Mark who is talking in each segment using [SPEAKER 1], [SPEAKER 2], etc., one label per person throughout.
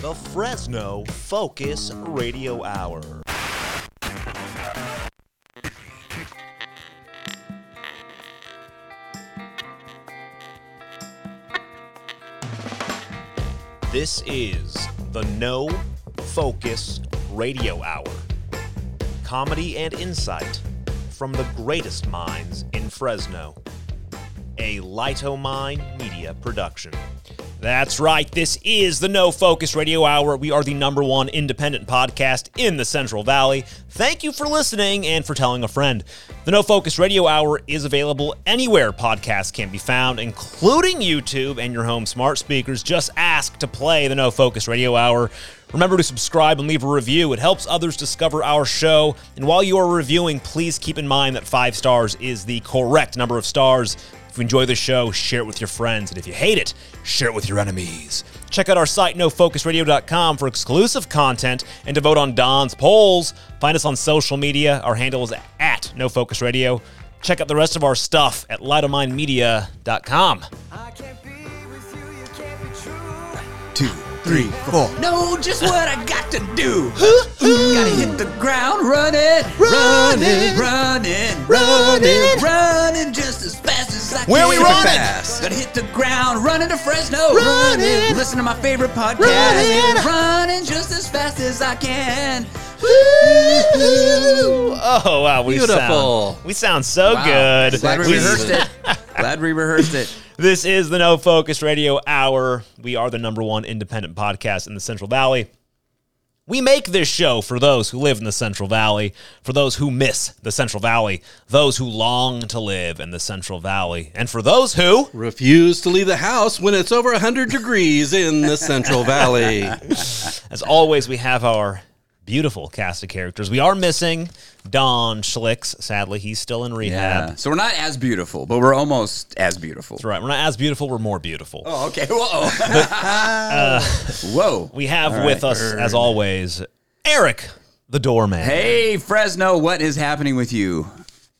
[SPEAKER 1] the Fresno Focus Radio Hour. This is the No Focus Radio Hour. Comedy and insight from the greatest minds in Fresno. A Lightomine Media production. That's right. This is the No Focus Radio Hour. We are the number one independent podcast in the Central Valley. Thank you for listening and for telling a friend. The No Focus Radio Hour is available anywhere podcasts can be found, including YouTube and your home smart speakers. Just ask to play the No Focus Radio Hour. Remember to subscribe and leave a review. It helps others discover our show. And while you are reviewing, please keep in mind that five stars is the correct number of stars. If you enjoy the show, share it with your friends. And if you hate it, share it with your enemies. Check out our site, nofocusradio.com, for exclusive content and to vote on Don's polls. Find us on social media. Our handle is at nofocusradio. Check out the rest of our stuff at lightomindmedia.com.
[SPEAKER 2] I can't be with you, you can't be true.
[SPEAKER 3] two, three, four.
[SPEAKER 2] Know just what I got to do. Gotta hit the ground running, running, running, running, running just as fast as I
[SPEAKER 3] Where
[SPEAKER 2] can.
[SPEAKER 3] we running? Fast.
[SPEAKER 2] Gotta hit the ground running to Fresno, running. Listen to my favorite podcast, running, just as fast as I can. Woo!
[SPEAKER 1] Oh, wow. We
[SPEAKER 2] Beautiful.
[SPEAKER 1] Sound, we sound so
[SPEAKER 2] Wow.
[SPEAKER 1] good.
[SPEAKER 2] Glad we
[SPEAKER 1] We-
[SPEAKER 2] rehearsed it. Glad we rehearsed it.
[SPEAKER 1] This is the No Focus Radio Hour. We are the number one independent podcast in the Central Valley. We make this show for those who live in the Central Valley, for those who miss the Central Valley, those who long to live in the Central Valley, and for those who.
[SPEAKER 3] Refuse to leave the house when it's over 100 degrees in the Central Valley.
[SPEAKER 1] As always, we have our beautiful cast of characters. We are missing Don Schlicks. Sadly, he's still in rehab.
[SPEAKER 2] Yeah. So we're not as beautiful, but we're almost as beautiful.
[SPEAKER 1] That's right. We're not as beautiful, we're more beautiful.
[SPEAKER 2] Oh, okay. Whoa. Whoa.
[SPEAKER 1] Uh, We have with us, as always, Eric, the doorman.
[SPEAKER 2] Hey, Fresno, what is happening with you?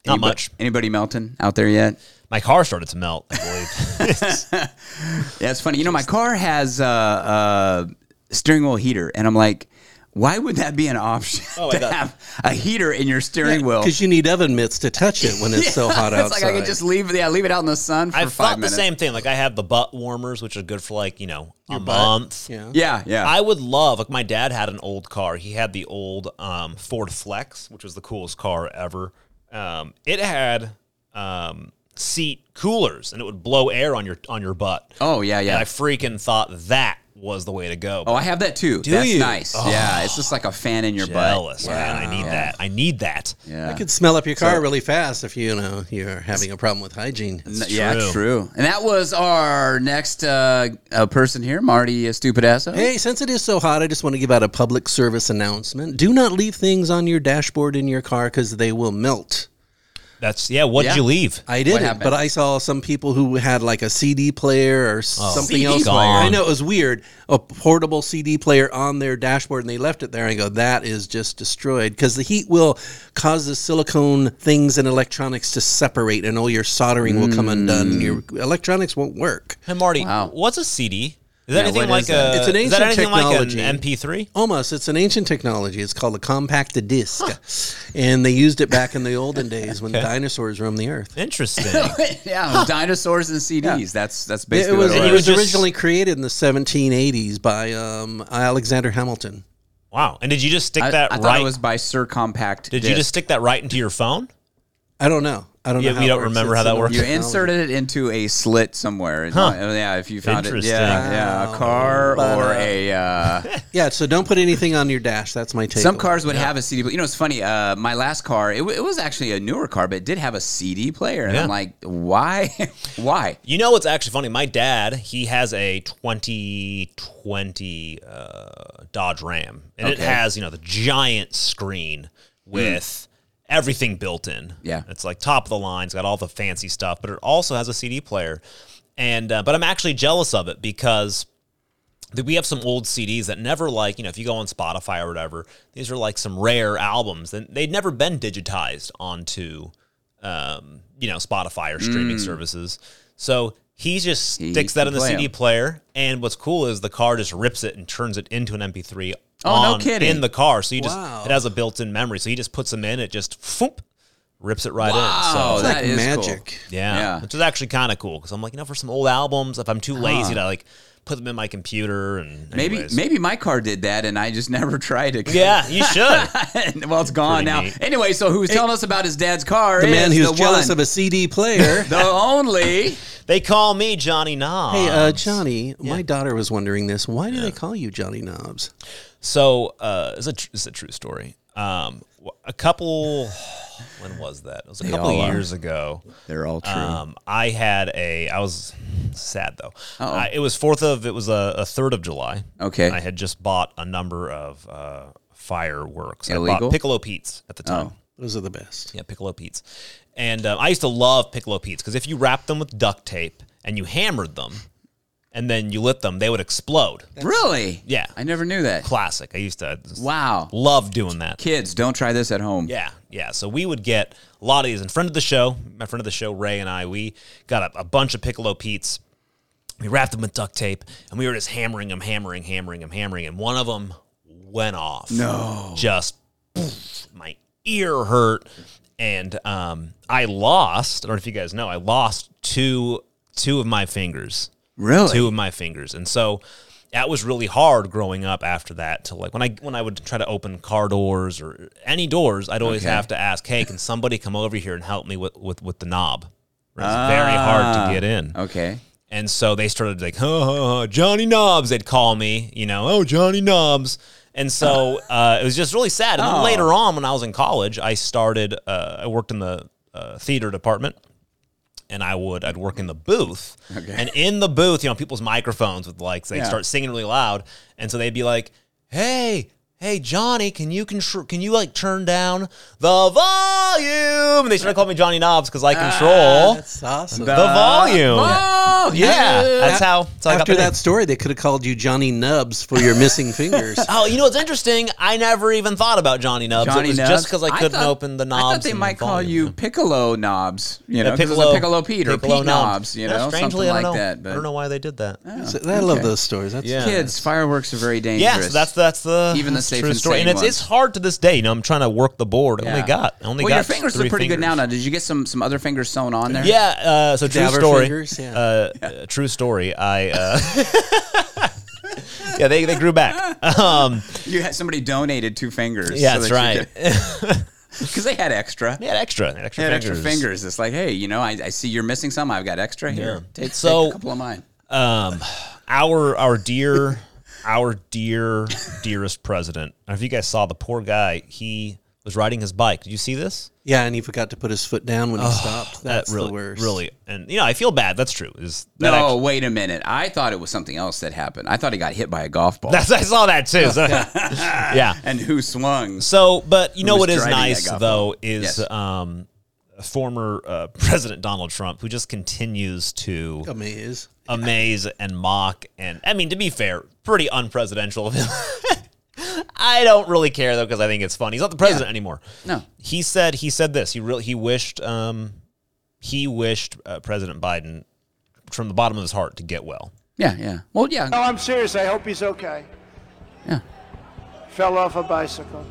[SPEAKER 1] Not
[SPEAKER 2] Anybo-
[SPEAKER 1] much.
[SPEAKER 2] Anybody melting out there yet?
[SPEAKER 1] My car started to melt, I believe.
[SPEAKER 2] Yeah, it's funny. You know, my car has a uh, uh, steering wheel heater, and I'm like, why would that be an option
[SPEAKER 1] Oh, I
[SPEAKER 2] to
[SPEAKER 1] got-
[SPEAKER 2] have a heater in your steering wheel?
[SPEAKER 3] Because you need oven mitts to touch it when it's so hot
[SPEAKER 2] it's
[SPEAKER 3] outside.
[SPEAKER 2] like I could just leave, yeah, leave it out in the sun for
[SPEAKER 1] I
[SPEAKER 2] five
[SPEAKER 1] thought
[SPEAKER 2] minutes.
[SPEAKER 1] the same thing. Like I have the butt warmers, which are good for like you know a month.
[SPEAKER 3] yeah.
[SPEAKER 2] Yeah, yeah.
[SPEAKER 1] I would love like my dad had an old car. He had the old um, Ford Flex, which was the coolest car ever. Um, it had um, seat coolers, and it would blow air on your on your butt.
[SPEAKER 2] oh, yeah,
[SPEAKER 1] And
[SPEAKER 2] yeah.
[SPEAKER 1] I freaking thought that was the way to go.
[SPEAKER 2] oh, I have that too. That's
[SPEAKER 1] you? Oh,
[SPEAKER 2] nice. Yeah, it's just like a fan in your
[SPEAKER 1] jealous,
[SPEAKER 2] butt.
[SPEAKER 1] man! I need that. I need that.
[SPEAKER 2] Yeah.
[SPEAKER 3] I could smell up your car really fast if you know you're having a problem with hygiene.
[SPEAKER 2] N- Yeah,
[SPEAKER 1] true.
[SPEAKER 2] true. And that was our next uh, uh, person here, Marty uh, Stupidasso.
[SPEAKER 3] Hey, since it is so hot, I just want to give out a public service announcement. Do not leave things on your dashboard in your car because they will melt.
[SPEAKER 1] That's yeah. What'd
[SPEAKER 2] Yeah.
[SPEAKER 1] you leave?
[SPEAKER 3] I didn't,
[SPEAKER 2] happened?
[SPEAKER 3] but I saw some people who had like a CD player or something
[SPEAKER 1] CD
[SPEAKER 3] else.
[SPEAKER 1] player.
[SPEAKER 3] I know it was weird. A portable CD player on their dashboard, and they left it there. And I go, that is just destroyed because the heat will cause the silicone things and electronics to separate, and all your soldering will come undone, and your electronics won't work.
[SPEAKER 1] Hey Marty,
[SPEAKER 2] Wow.
[SPEAKER 1] what's a CD? Is that
[SPEAKER 2] Yeah,
[SPEAKER 1] anything
[SPEAKER 2] what
[SPEAKER 1] like
[SPEAKER 2] is
[SPEAKER 1] a?
[SPEAKER 2] that? Oh,
[SPEAKER 3] It's an
[SPEAKER 1] is that
[SPEAKER 3] ancient
[SPEAKER 1] anything
[SPEAKER 3] technology.
[SPEAKER 1] like an MP3?
[SPEAKER 3] Almost, it's an ancient technology. It's called a compact disc, and they used it back in the olden days when dinosaurs roamed the earth.
[SPEAKER 1] Interesting.
[SPEAKER 2] yeah, dinosaurs and CDs. That's that's
[SPEAKER 3] It
[SPEAKER 2] basically
[SPEAKER 3] was,
[SPEAKER 2] what
[SPEAKER 1] And you
[SPEAKER 3] it
[SPEAKER 2] it
[SPEAKER 1] would
[SPEAKER 3] was
[SPEAKER 2] was.
[SPEAKER 1] just-
[SPEAKER 3] originally created in the 1780s by um, Alexander Hamilton.
[SPEAKER 1] Wow. And did you just stick
[SPEAKER 2] I,
[SPEAKER 1] that
[SPEAKER 2] I thought
[SPEAKER 1] right?
[SPEAKER 2] it was by Sir Compact.
[SPEAKER 1] did you
[SPEAKER 2] Disc.
[SPEAKER 1] just stick that right into your phone?
[SPEAKER 3] I don't know. I don't
[SPEAKER 1] Yeah,
[SPEAKER 3] know.
[SPEAKER 1] we
[SPEAKER 3] it
[SPEAKER 1] don't
[SPEAKER 3] works.
[SPEAKER 1] remember
[SPEAKER 3] It's
[SPEAKER 1] how that
[SPEAKER 3] an old
[SPEAKER 1] works.
[SPEAKER 2] you
[SPEAKER 3] technology.
[SPEAKER 2] inserted it into a slit somewhere? It's
[SPEAKER 1] Huh.
[SPEAKER 2] not- oh, Yeah, if you found it.
[SPEAKER 1] Interesting.
[SPEAKER 2] Yeah, yeah, a car or a. Uh,
[SPEAKER 3] Yeah, so don't put anything on your dash. That's my take.
[SPEAKER 2] some cars would have a CD. player. You know, it's funny. Uh, my last car, it, w- it was actually a newer car, but it did have a CD player, and
[SPEAKER 1] Yeah.
[SPEAKER 2] I'm like, why, why?
[SPEAKER 1] You know what's actually funny? My dad, he has a 2020 uh, Dodge Ram, and it
[SPEAKER 2] Okay.
[SPEAKER 1] has you know the giant screen with everything built in.
[SPEAKER 2] Yeah.
[SPEAKER 1] it's like top of the line. It's got all the fancy stuff, but it also has a CD player. And uh, but I'm actually jealous of it because that we have some old CDs that never like, you know, if you go on Spotify or whatever, these are like some rare albums and they'd never been digitized onto um, you know, Spotify or streaming services. So He just
[SPEAKER 2] Mm. He
[SPEAKER 1] sticks that
[SPEAKER 2] can
[SPEAKER 1] in the
[SPEAKER 2] play
[SPEAKER 1] CD
[SPEAKER 2] 'em.
[SPEAKER 1] player, and what's cool is the car just rips it and turns it into an MP3.
[SPEAKER 2] Oh, no
[SPEAKER 1] on-
[SPEAKER 2] kidding.
[SPEAKER 1] In the car, so you
[SPEAKER 3] Wow.
[SPEAKER 1] just it has a built-in memory, so he just puts them in, it just foomp, rips it right
[SPEAKER 2] Wow,
[SPEAKER 1] in. So
[SPEAKER 3] like
[SPEAKER 2] that is
[SPEAKER 3] magic.
[SPEAKER 2] cool.
[SPEAKER 1] yeah,
[SPEAKER 2] Yeah.
[SPEAKER 1] which is actually kind of cool because I'm like, you know, for some old albums, if I'm too lazy to like put them in my computer and
[SPEAKER 2] Maybe
[SPEAKER 1] anyways.
[SPEAKER 2] maybe my car did that, and I just never tried it.
[SPEAKER 1] yeah, you should.
[SPEAKER 2] well, it's
[SPEAKER 1] Pretty
[SPEAKER 2] gone now.
[SPEAKER 1] neat.
[SPEAKER 2] Anyway, so who's telling us about his dad's car?
[SPEAKER 3] The man
[SPEAKER 2] is
[SPEAKER 3] who's
[SPEAKER 2] the
[SPEAKER 3] jealous
[SPEAKER 2] one,
[SPEAKER 3] of a CD player.
[SPEAKER 2] the only.
[SPEAKER 1] they call me Johnny Knobs.
[SPEAKER 3] Hey, uh, Johnny, my daughter was wondering this. Why do they call you Johnny Knobs?
[SPEAKER 1] So uh, it's a tr- it's a true story. Um, wh- a couple when was that? It was a couple
[SPEAKER 2] all are.
[SPEAKER 1] years ago.
[SPEAKER 2] They're all true.
[SPEAKER 1] Um, I had a I was sad though.
[SPEAKER 2] Uh-oh.
[SPEAKER 1] I, it was fourth of it was a, a third of July.
[SPEAKER 2] Okay.
[SPEAKER 1] I had just bought a number of uh, fireworks. I
[SPEAKER 2] Illegal? Oh.
[SPEAKER 1] bought Piccolo Pete's at the time.
[SPEAKER 3] Those are the best.
[SPEAKER 1] Yeah, Piccolo Pete's. And um, I used to love Piccolo Pete's because if you wrapped them with duct tape and you hammered them and then you lit them, they would explode.
[SPEAKER 2] really?
[SPEAKER 1] Yeah.
[SPEAKER 2] I never knew that.
[SPEAKER 1] Classic. I used to
[SPEAKER 2] Wow.
[SPEAKER 1] love doing that.
[SPEAKER 2] Kids, don't try this at home.
[SPEAKER 1] Yeah, yeah. So we would get a lot of these. And friend of the show, my friend of the show, Ray and I, we got a, a bunch of Piccolo Pete's. We wrapped them with duct tape, and we were just hammering them, hammering, hammering them, hammering. And one of them went off. No, just poof, my ear hurt, and um, I lost. I don't know if you guys know, I lost two two of my fingers
[SPEAKER 2] Really?
[SPEAKER 1] two of my fingers and so that was really hard growing up after that to like when i when i would try to open car doors or any doors i'd always
[SPEAKER 2] Okay.
[SPEAKER 1] have to ask hey can somebody come over here and help me with with, with the knob it's very hard to get in
[SPEAKER 2] Okay.
[SPEAKER 1] and so they started like, huh, huh, huh, Johnny Knobs, they'd call me, you know, oh, Johnny Knobs. And so uh, it was just really sad. And then later on, when I was in college, I started, uh, I worked in the uh, theater department. And I would, I'd work in the booth. And in the booth, you know, people's microphones would like, they'd
[SPEAKER 2] Yeah.
[SPEAKER 1] start singing really loud. And so they'd be like, hey, hey, Johnny, can you control, can you like turn down the volume? And they started calling me Johnny Knobs because I control
[SPEAKER 3] Ah, That's awesome.
[SPEAKER 1] the volume.
[SPEAKER 2] Oh,
[SPEAKER 1] Yeah, that's how. That's how I got
[SPEAKER 3] After
[SPEAKER 1] the name.
[SPEAKER 3] that story, they could have called you Johnny Nubs for your missing fingers.
[SPEAKER 1] Oh, you know what's interesting? I never even thought about Johnny Nubs.
[SPEAKER 2] Johnny
[SPEAKER 1] it was
[SPEAKER 2] Knobs.
[SPEAKER 1] just because I couldn't
[SPEAKER 2] thought-
[SPEAKER 1] open the knobs.
[SPEAKER 2] I thought they
[SPEAKER 1] and
[SPEAKER 2] might call
[SPEAKER 1] volume.
[SPEAKER 2] you Piccolo Knobs, you know,
[SPEAKER 1] Yeah,
[SPEAKER 2] 'cause it's a Piccolo Pete or Pete Knobs, you
[SPEAKER 1] Yeah,
[SPEAKER 2] know, something
[SPEAKER 1] strangely, I
[SPEAKER 2] like
[SPEAKER 1] don't know.
[SPEAKER 2] that. But
[SPEAKER 1] I don't know why they did that. Yeah,
[SPEAKER 3] So- I love those stories. That's
[SPEAKER 1] Yeah.
[SPEAKER 2] kids, fireworks are very dangerous.
[SPEAKER 1] so that's that's the
[SPEAKER 2] Even the
[SPEAKER 1] that's
[SPEAKER 2] safe
[SPEAKER 1] true
[SPEAKER 2] and
[SPEAKER 1] story, and
[SPEAKER 2] sane
[SPEAKER 1] it's it's hard to this day. You know, I'm trying to work the board. I
[SPEAKER 2] Yeah.
[SPEAKER 1] only got I only
[SPEAKER 2] well,
[SPEAKER 1] got
[SPEAKER 2] your fingers
[SPEAKER 1] three
[SPEAKER 2] look pretty good now.
[SPEAKER 1] fingers.
[SPEAKER 2] Now, did you get some some other fingers sewn on there?
[SPEAKER 1] Yeah, uh, so true
[SPEAKER 3] Dabber
[SPEAKER 1] story.
[SPEAKER 3] fingers, yeah.
[SPEAKER 1] Uh, uh, true story. I uh, yeah, they they grew back. Um,
[SPEAKER 2] you had somebody donated two fingers.
[SPEAKER 1] yeah, that's right.
[SPEAKER 2] Because they had extra.
[SPEAKER 1] They had extra. They had extra
[SPEAKER 2] They had
[SPEAKER 1] fingers.
[SPEAKER 2] extra fingers. It's like, hey, you know, I, I see you're missing some. I've got extra here.
[SPEAKER 1] Yeah.
[SPEAKER 2] Take,
[SPEAKER 1] So-
[SPEAKER 2] take a couple of mine.
[SPEAKER 1] um, our our dear our dear dearest president. I don't know if you guys saw the poor guy. He was riding his bike. Did you see this?
[SPEAKER 3] Yeah, and he forgot to put his foot down when he stopped. That's
[SPEAKER 1] that really,
[SPEAKER 3] the worst.
[SPEAKER 1] really. And you know, I feel bad. That's true. Is
[SPEAKER 2] No,
[SPEAKER 1] that actu-
[SPEAKER 2] wait a minute. I thought it was something else that happened. I thought he got hit by a golf ball.
[SPEAKER 1] that's I saw that too. So, yeah.
[SPEAKER 2] and who swung?
[SPEAKER 1] So, but you know
[SPEAKER 2] was
[SPEAKER 1] what is
[SPEAKER 2] driving that
[SPEAKER 1] nice
[SPEAKER 2] golf
[SPEAKER 1] though is
[SPEAKER 2] Yes.
[SPEAKER 1] um, former uh, President Donald Trump, who just continues to
[SPEAKER 3] Amaze.
[SPEAKER 1] amaze and mock and I mean to be fair, pretty unpresidential of him. I don't really care though because I think it's funny. He's not the president anymore.
[SPEAKER 2] No.
[SPEAKER 1] he said he said this. He really he wished um, he wished uh, President Biden from the bottom of his heart to get well.
[SPEAKER 2] Yeah, yeah. Well, yeah.
[SPEAKER 4] No, I'm serious. I hope he's okay.
[SPEAKER 2] Yeah.
[SPEAKER 4] Fell off a bicycle.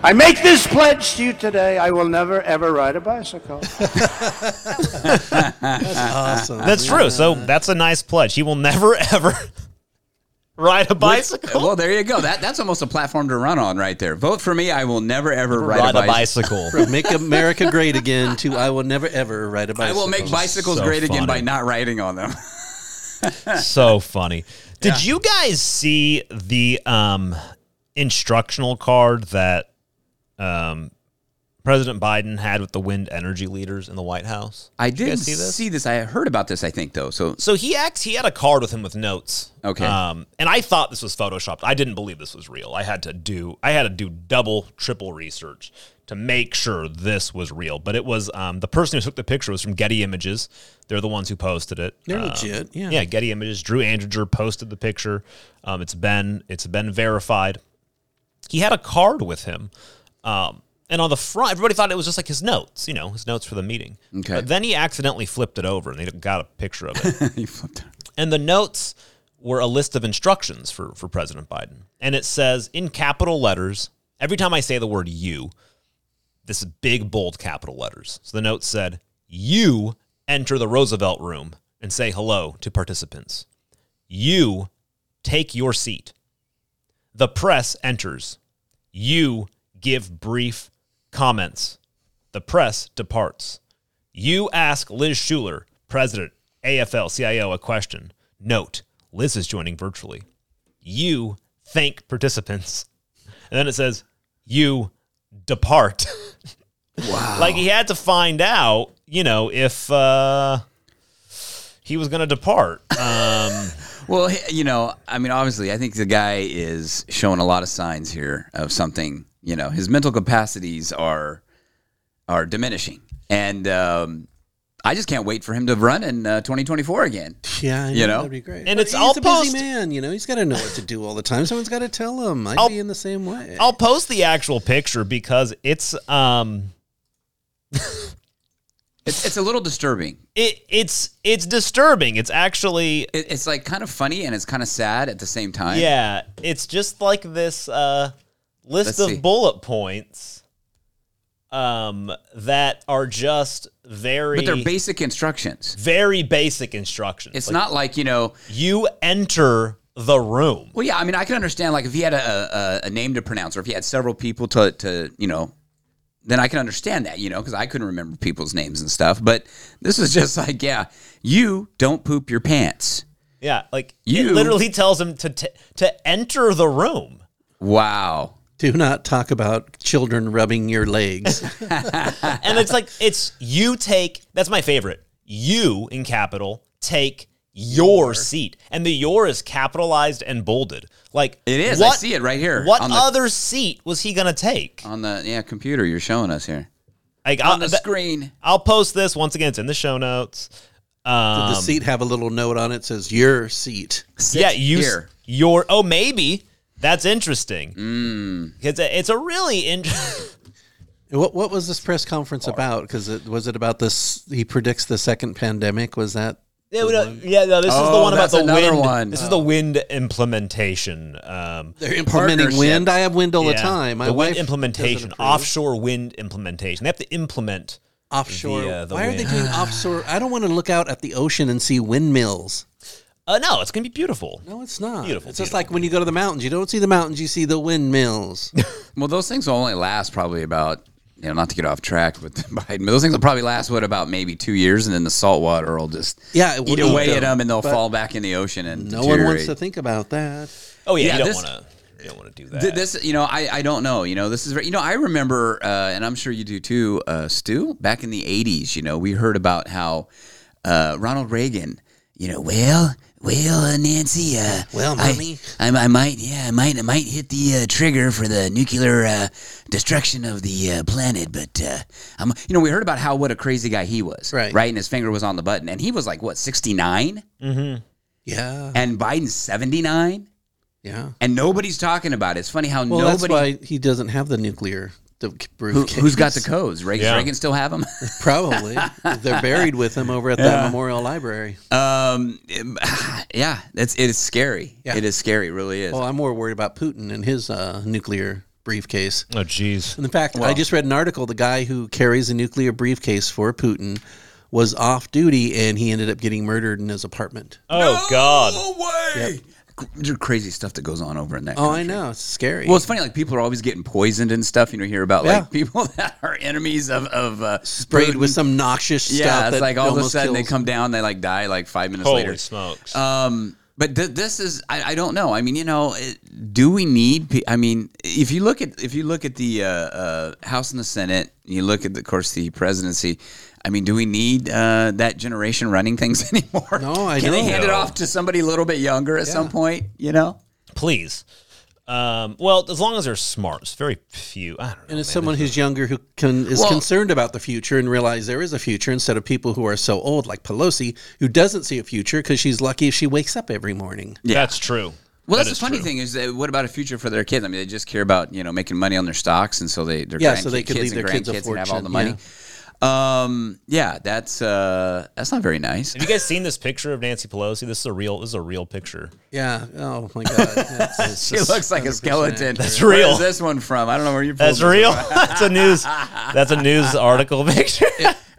[SPEAKER 4] I make this pledge to you today. I will never ever ride a bicycle.
[SPEAKER 2] Uh,
[SPEAKER 3] Awesome.
[SPEAKER 1] uh. That's true. So that's a nice pledge. He will never ever ride a bicycle.
[SPEAKER 2] Well, there you go. That that's almost a platform to run on right there. Vote for me. I will never ever ride,
[SPEAKER 1] ride
[SPEAKER 2] a, bicycle.
[SPEAKER 1] bicycle.
[SPEAKER 3] Make America great again. To I will never ever ride a
[SPEAKER 2] I
[SPEAKER 3] bicycle.
[SPEAKER 2] will make bicycles
[SPEAKER 1] So
[SPEAKER 2] great again by
[SPEAKER 1] funny.
[SPEAKER 2] not riding on them.
[SPEAKER 1] so funny. Did you guys see the um, instructional card that um, President Biden had with the wind energy leaders in the White House?
[SPEAKER 2] I
[SPEAKER 1] you
[SPEAKER 2] did
[SPEAKER 1] guys see this?
[SPEAKER 2] see this. I heard about this. I think though. So
[SPEAKER 1] So he acts. He had a card with him with notes.
[SPEAKER 2] Okay.
[SPEAKER 1] Um, and I thought this was photoshopped. I didn't believe this was real. I had to do. I had to do double, triple research to make sure this was real. But it was. Um, the person who took the picture was from Getty Images. They're the ones who posted it.
[SPEAKER 3] They're
[SPEAKER 1] Um,
[SPEAKER 3] legit, yeah.
[SPEAKER 1] Yeah. Getty Images. Drew Andringer posted the picture. Um, it's been. It's been verified. He had a card with him. Um, And on the front, everybody thought it was just like his notes, you know, his notes for the meeting.
[SPEAKER 2] Okay.
[SPEAKER 1] But then he accidentally flipped it over and they got a picture of it.
[SPEAKER 2] you flipped it.
[SPEAKER 1] and the notes were a list of instructions for, for President Biden. And it says in capital letters, every time I say the word you, this is big, bold capital letters. So the note said, You enter the Roosevelt room and say hello to participants. You take your seat. The press enters. You give brief comments. The press departs. You ask Liz Schuler, president, AFL CIO, a question. Note, Liz is joining virtually. You thank participants. And then it says, you depart. Wow. like he had to find out, you know, if uh, he was going to depart. Um,
[SPEAKER 2] Well, he- you know, I mean, obviously, I think the guy is showing a lot of signs here of something. You know, his mental capacities are are diminishing, and um, I just can't wait for him to run in uh, 2024 again.
[SPEAKER 3] Yeah, I
[SPEAKER 2] You know?
[SPEAKER 3] that'd be
[SPEAKER 1] And
[SPEAKER 3] great. But
[SPEAKER 1] it's
[SPEAKER 3] he's
[SPEAKER 1] all
[SPEAKER 3] a busy
[SPEAKER 1] post-
[SPEAKER 3] man. You know, he's got to know what to do all the time. Someone's got to tell him. I'd
[SPEAKER 1] I'll-
[SPEAKER 3] be in the same way.
[SPEAKER 1] I'll post the actual picture because it's um
[SPEAKER 2] It's, it's a little disturbing.
[SPEAKER 1] it it's it's disturbing. It's actually
[SPEAKER 2] It, it's like kind of funny and it's kind of sad at the same time.
[SPEAKER 1] yeah, it's just like this uh list
[SPEAKER 2] Let's
[SPEAKER 1] of
[SPEAKER 2] see.
[SPEAKER 1] bullet points um that are just very
[SPEAKER 2] but they're basic instructions.
[SPEAKER 1] very basic instructions.
[SPEAKER 2] It's
[SPEAKER 1] Like,
[SPEAKER 2] not like you know.
[SPEAKER 1] you enter the room.
[SPEAKER 2] Well, yeah, I mean, I can understand like if he had a, a, a name to pronounce, or if he had several people to to you know, then I can understand that you know because I couldn't remember people's names and stuff. But this is just like, yeah, you don't poop your pants.
[SPEAKER 1] Yeah, like it
[SPEAKER 2] You-
[SPEAKER 1] literally tells him to t- to enter the room.
[SPEAKER 2] Wow.
[SPEAKER 3] do not talk about children rubbing your legs.
[SPEAKER 1] and it's like it's you take that's my favorite you in capital take your seat and the your is capitalized and bolded like
[SPEAKER 2] It is. I
[SPEAKER 1] what,
[SPEAKER 2] see it right here.
[SPEAKER 1] what
[SPEAKER 2] on the,
[SPEAKER 1] other seat was he gonna take
[SPEAKER 2] on the yeah computer you're showing us here
[SPEAKER 1] like
[SPEAKER 2] on
[SPEAKER 3] Uh,
[SPEAKER 1] I'll,
[SPEAKER 2] the
[SPEAKER 1] th-
[SPEAKER 2] screen?
[SPEAKER 1] I'll post this once again it's in the show notes um,
[SPEAKER 3] the seat have a little note on it says your seat.
[SPEAKER 2] Sit
[SPEAKER 1] yeah you s-
[SPEAKER 2] here.
[SPEAKER 1] your oh maybe that's interesting
[SPEAKER 2] Mm.
[SPEAKER 1] because it's a really interesting
[SPEAKER 3] What what was this press conference about? Because it was it about this? He predicts the second pandemic. Was that?
[SPEAKER 1] Yeah, we don't- yeah, no, this is the
[SPEAKER 2] Oh,
[SPEAKER 1] one about
[SPEAKER 2] that's
[SPEAKER 1] the
[SPEAKER 2] another
[SPEAKER 1] wind.
[SPEAKER 2] one.
[SPEAKER 1] This is the wind implementation. Um,
[SPEAKER 3] They're implementing
[SPEAKER 2] Partnership.
[SPEAKER 3] wind. I have wind all the
[SPEAKER 1] yeah,
[SPEAKER 3] time. My
[SPEAKER 1] the
[SPEAKER 3] wife
[SPEAKER 1] wind
[SPEAKER 3] doesn't
[SPEAKER 1] implementation,
[SPEAKER 3] approve.
[SPEAKER 1] offshore wind implementation. They have to implement.
[SPEAKER 3] offshore.
[SPEAKER 1] the, uh, the
[SPEAKER 3] Why are
[SPEAKER 1] wind.
[SPEAKER 3] they doing offshore? I don't want to look out at the ocean and see windmills.
[SPEAKER 1] Uh, no, it's gonna be beautiful.
[SPEAKER 3] No, it's not.
[SPEAKER 1] Beautiful,
[SPEAKER 3] It's just
[SPEAKER 1] beautiful,
[SPEAKER 3] like when you go to the mountains, you don't see the mountains, you see the windmills.
[SPEAKER 2] Well, those things will only last probably about you know not to get off track with Biden, but those things will probably last what about maybe two years, and then the salt water will just
[SPEAKER 3] Yeah, it will
[SPEAKER 2] eat
[SPEAKER 3] eat
[SPEAKER 2] away at
[SPEAKER 3] them,
[SPEAKER 2] them, and they'll
[SPEAKER 3] but
[SPEAKER 2] fall back in the ocean and
[SPEAKER 3] no one wants
[SPEAKER 2] deteriorate.
[SPEAKER 3] to think about that.
[SPEAKER 1] Oh yeah,
[SPEAKER 2] Yeah,
[SPEAKER 1] you don't
[SPEAKER 2] this-
[SPEAKER 1] want to. You don't want to do that.
[SPEAKER 2] Th- This, you know, I, I don't know. You know, this is very, you know, I remember, uh, and I'm sure you do too, uh, Stu, back in the 80s, you know, we heard about how uh, Ronald Reagan, you know, well, well, uh, Nancy, uh,
[SPEAKER 3] Well,
[SPEAKER 2] I-
[SPEAKER 3] mommy.
[SPEAKER 2] I, I, might, yeah, I might, I might hit the uh, trigger for the nuclear uh, destruction of the uh, planet, but uh, I'm, you know, we heard about how what a crazy guy he was,
[SPEAKER 3] Right.
[SPEAKER 2] Right, and his finger was on the button, and he was like what 69,
[SPEAKER 3] Yeah,
[SPEAKER 2] and Biden's 79,
[SPEAKER 3] yeah.
[SPEAKER 2] and nobody's talking about it. It's funny how
[SPEAKER 3] Well,
[SPEAKER 2] nobody.
[SPEAKER 3] that's why he doesn't have the nuclear. The
[SPEAKER 2] Who,
[SPEAKER 3] briefcase.
[SPEAKER 2] who's got the codes? Reagan,
[SPEAKER 1] Yeah.
[SPEAKER 2] Reagan still have them.
[SPEAKER 3] Probably. They're buried with him over at the memorial library.
[SPEAKER 2] um, yeah, that's it is scary.
[SPEAKER 3] Yeah.
[SPEAKER 2] It is scary. It really is.
[SPEAKER 3] Well, I'm more worried about Putin and his uh, nuclear briefcase.
[SPEAKER 1] oh jeez.
[SPEAKER 3] And in fact, I just read an article. The guy who carries a nuclear briefcase for Putin was off duty and he ended up getting murdered in his apartment.
[SPEAKER 1] Oh god.
[SPEAKER 2] No way. There's crazy stuff that goes on over in that.
[SPEAKER 3] Oh,
[SPEAKER 2] country.
[SPEAKER 3] I know. It's scary.
[SPEAKER 2] Well, it's funny. Like people are always getting poisoned and stuff. You know, hear about
[SPEAKER 3] Yeah.
[SPEAKER 2] like people that are enemies of of uh,
[SPEAKER 3] sprayed with
[SPEAKER 2] Putin.
[SPEAKER 3] some noxious stuff.
[SPEAKER 2] Yeah, it's
[SPEAKER 3] that
[SPEAKER 2] like all of a
[SPEAKER 3] almost
[SPEAKER 2] sudden they
[SPEAKER 3] kills.
[SPEAKER 2] come down. They like die like five minutes
[SPEAKER 1] Holy
[SPEAKER 2] later.
[SPEAKER 1] smokes.
[SPEAKER 2] Um, but th- this is I, I don't know. I mean, you know, it- do we need? Pe- I mean, if you look at if you look at the uh, uh, House and the Senate, you look at the, of course the presidency. I mean, do we need uh, that generation running things anymore?
[SPEAKER 3] No, I
[SPEAKER 2] can they
[SPEAKER 3] don't.
[SPEAKER 2] hand it
[SPEAKER 1] No.
[SPEAKER 2] off to somebody a little bit younger at some point? You know,
[SPEAKER 1] Please. Um, well, as long as they're smart, it's very few. I don't know.
[SPEAKER 3] And as
[SPEAKER 1] man.
[SPEAKER 3] someone who's younger who can is
[SPEAKER 2] Well-
[SPEAKER 3] concerned about the future and realize there is a future instead of people who are so old like Pelosi who doesn't see a future because she's lucky if she wakes up every morning.
[SPEAKER 2] yeah.
[SPEAKER 1] That's true.
[SPEAKER 2] Well,
[SPEAKER 1] That
[SPEAKER 2] that's
[SPEAKER 1] is
[SPEAKER 2] the funny
[SPEAKER 1] true.
[SPEAKER 2] thing is, that what about a future for their kids? I mean, they just care about you know making money on their stocks, and so they their
[SPEAKER 3] Yeah, so
[SPEAKER 2] grandki-
[SPEAKER 3] they could
[SPEAKER 2] kids
[SPEAKER 3] leave
[SPEAKER 2] and
[SPEAKER 3] their kids a
[SPEAKER 2] grandkids and have all the money.
[SPEAKER 3] fortune,
[SPEAKER 2] Um, yeah, that's uh, that's not very nice.
[SPEAKER 1] Have you guys seen this picture of Nancy Pelosi? This is a real. This is a real picture.
[SPEAKER 3] Yeah. Oh my God. That's-
[SPEAKER 2] She looks like a skeleton.
[SPEAKER 1] That's
[SPEAKER 2] Where
[SPEAKER 1] real.
[SPEAKER 2] is this one from? I don't know where you. pulled
[SPEAKER 1] That's
[SPEAKER 2] this
[SPEAKER 1] real. that's a news. That's a news article picture.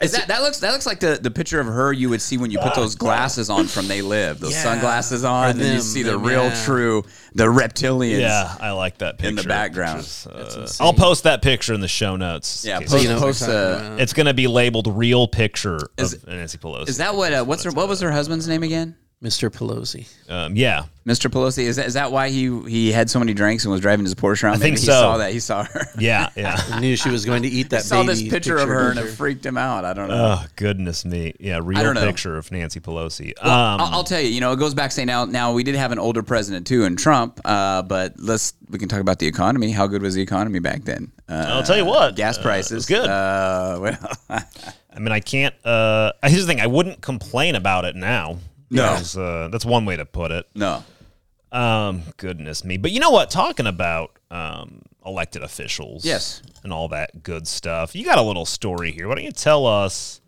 [SPEAKER 2] Is that, that looks that looks like the, the picture of her you would see when you put those glasses on from They Live, those
[SPEAKER 3] Yeah.
[SPEAKER 2] sunglasses on, and you
[SPEAKER 3] them,
[SPEAKER 2] see the
[SPEAKER 3] them,
[SPEAKER 2] real
[SPEAKER 3] yeah.
[SPEAKER 2] true the reptilians.
[SPEAKER 1] yeah, I like that picture
[SPEAKER 2] In the background.
[SPEAKER 1] It's, uh, I'll post that picture in the show notes.
[SPEAKER 2] Yeah,
[SPEAKER 1] Okay,
[SPEAKER 2] post,
[SPEAKER 3] you know what
[SPEAKER 2] post,
[SPEAKER 3] we're
[SPEAKER 2] uh,
[SPEAKER 3] talking about.
[SPEAKER 1] It's going to be labeled "real picture"
[SPEAKER 2] Is-
[SPEAKER 1] of Nancy Pelosi.
[SPEAKER 2] is that what uh, what's her what was her husband's name again?
[SPEAKER 3] Mr. Pelosi.
[SPEAKER 1] Um, yeah,
[SPEAKER 2] Mr. Pelosi is that, is that why he he had so many drinks and was driving his Porsche around? I
[SPEAKER 1] think
[SPEAKER 2] he
[SPEAKER 1] so.
[SPEAKER 2] saw that he saw her.
[SPEAKER 1] yeah, yeah.
[SPEAKER 3] I knew she was going to eat that.
[SPEAKER 2] saw this
[SPEAKER 3] baby
[SPEAKER 2] picture, of her and it
[SPEAKER 3] her.
[SPEAKER 2] freaked him out. I don't know.
[SPEAKER 1] oh goodness me. Yeah, real
[SPEAKER 2] don't know.
[SPEAKER 1] picture of Nancy Pelosi. um,
[SPEAKER 2] I'll, I'll tell you, you know, it goes back saying now. Now we did have an older president too, and Trump. Uh, but let's we can talk about the economy. How good was the economy back then? Uh,
[SPEAKER 1] I'll tell you what.
[SPEAKER 2] gas
[SPEAKER 1] uh,
[SPEAKER 2] prices.
[SPEAKER 1] it's good.
[SPEAKER 2] Uh, well,
[SPEAKER 1] I mean, I can't. Uh, here's the thing: I wouldn't complain about it now.
[SPEAKER 2] No.
[SPEAKER 1] Because, uh, that's one way to put it.
[SPEAKER 2] no.
[SPEAKER 1] Um, goodness me. But you know what? Talking about um, elected officials,
[SPEAKER 2] Yes.
[SPEAKER 1] and all that good stuff. You got a little story here. Why don't you tell us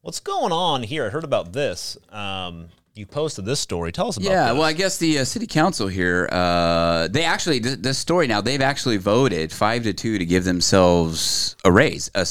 [SPEAKER 1] what's going on here? I heard about this. Um, you posted this story. Tell us about
[SPEAKER 2] Yeah,
[SPEAKER 1] this.
[SPEAKER 2] well, I guess the uh, city council here, uh, they actually, th- this story now, they've actually voted five to two to give themselves a raise, a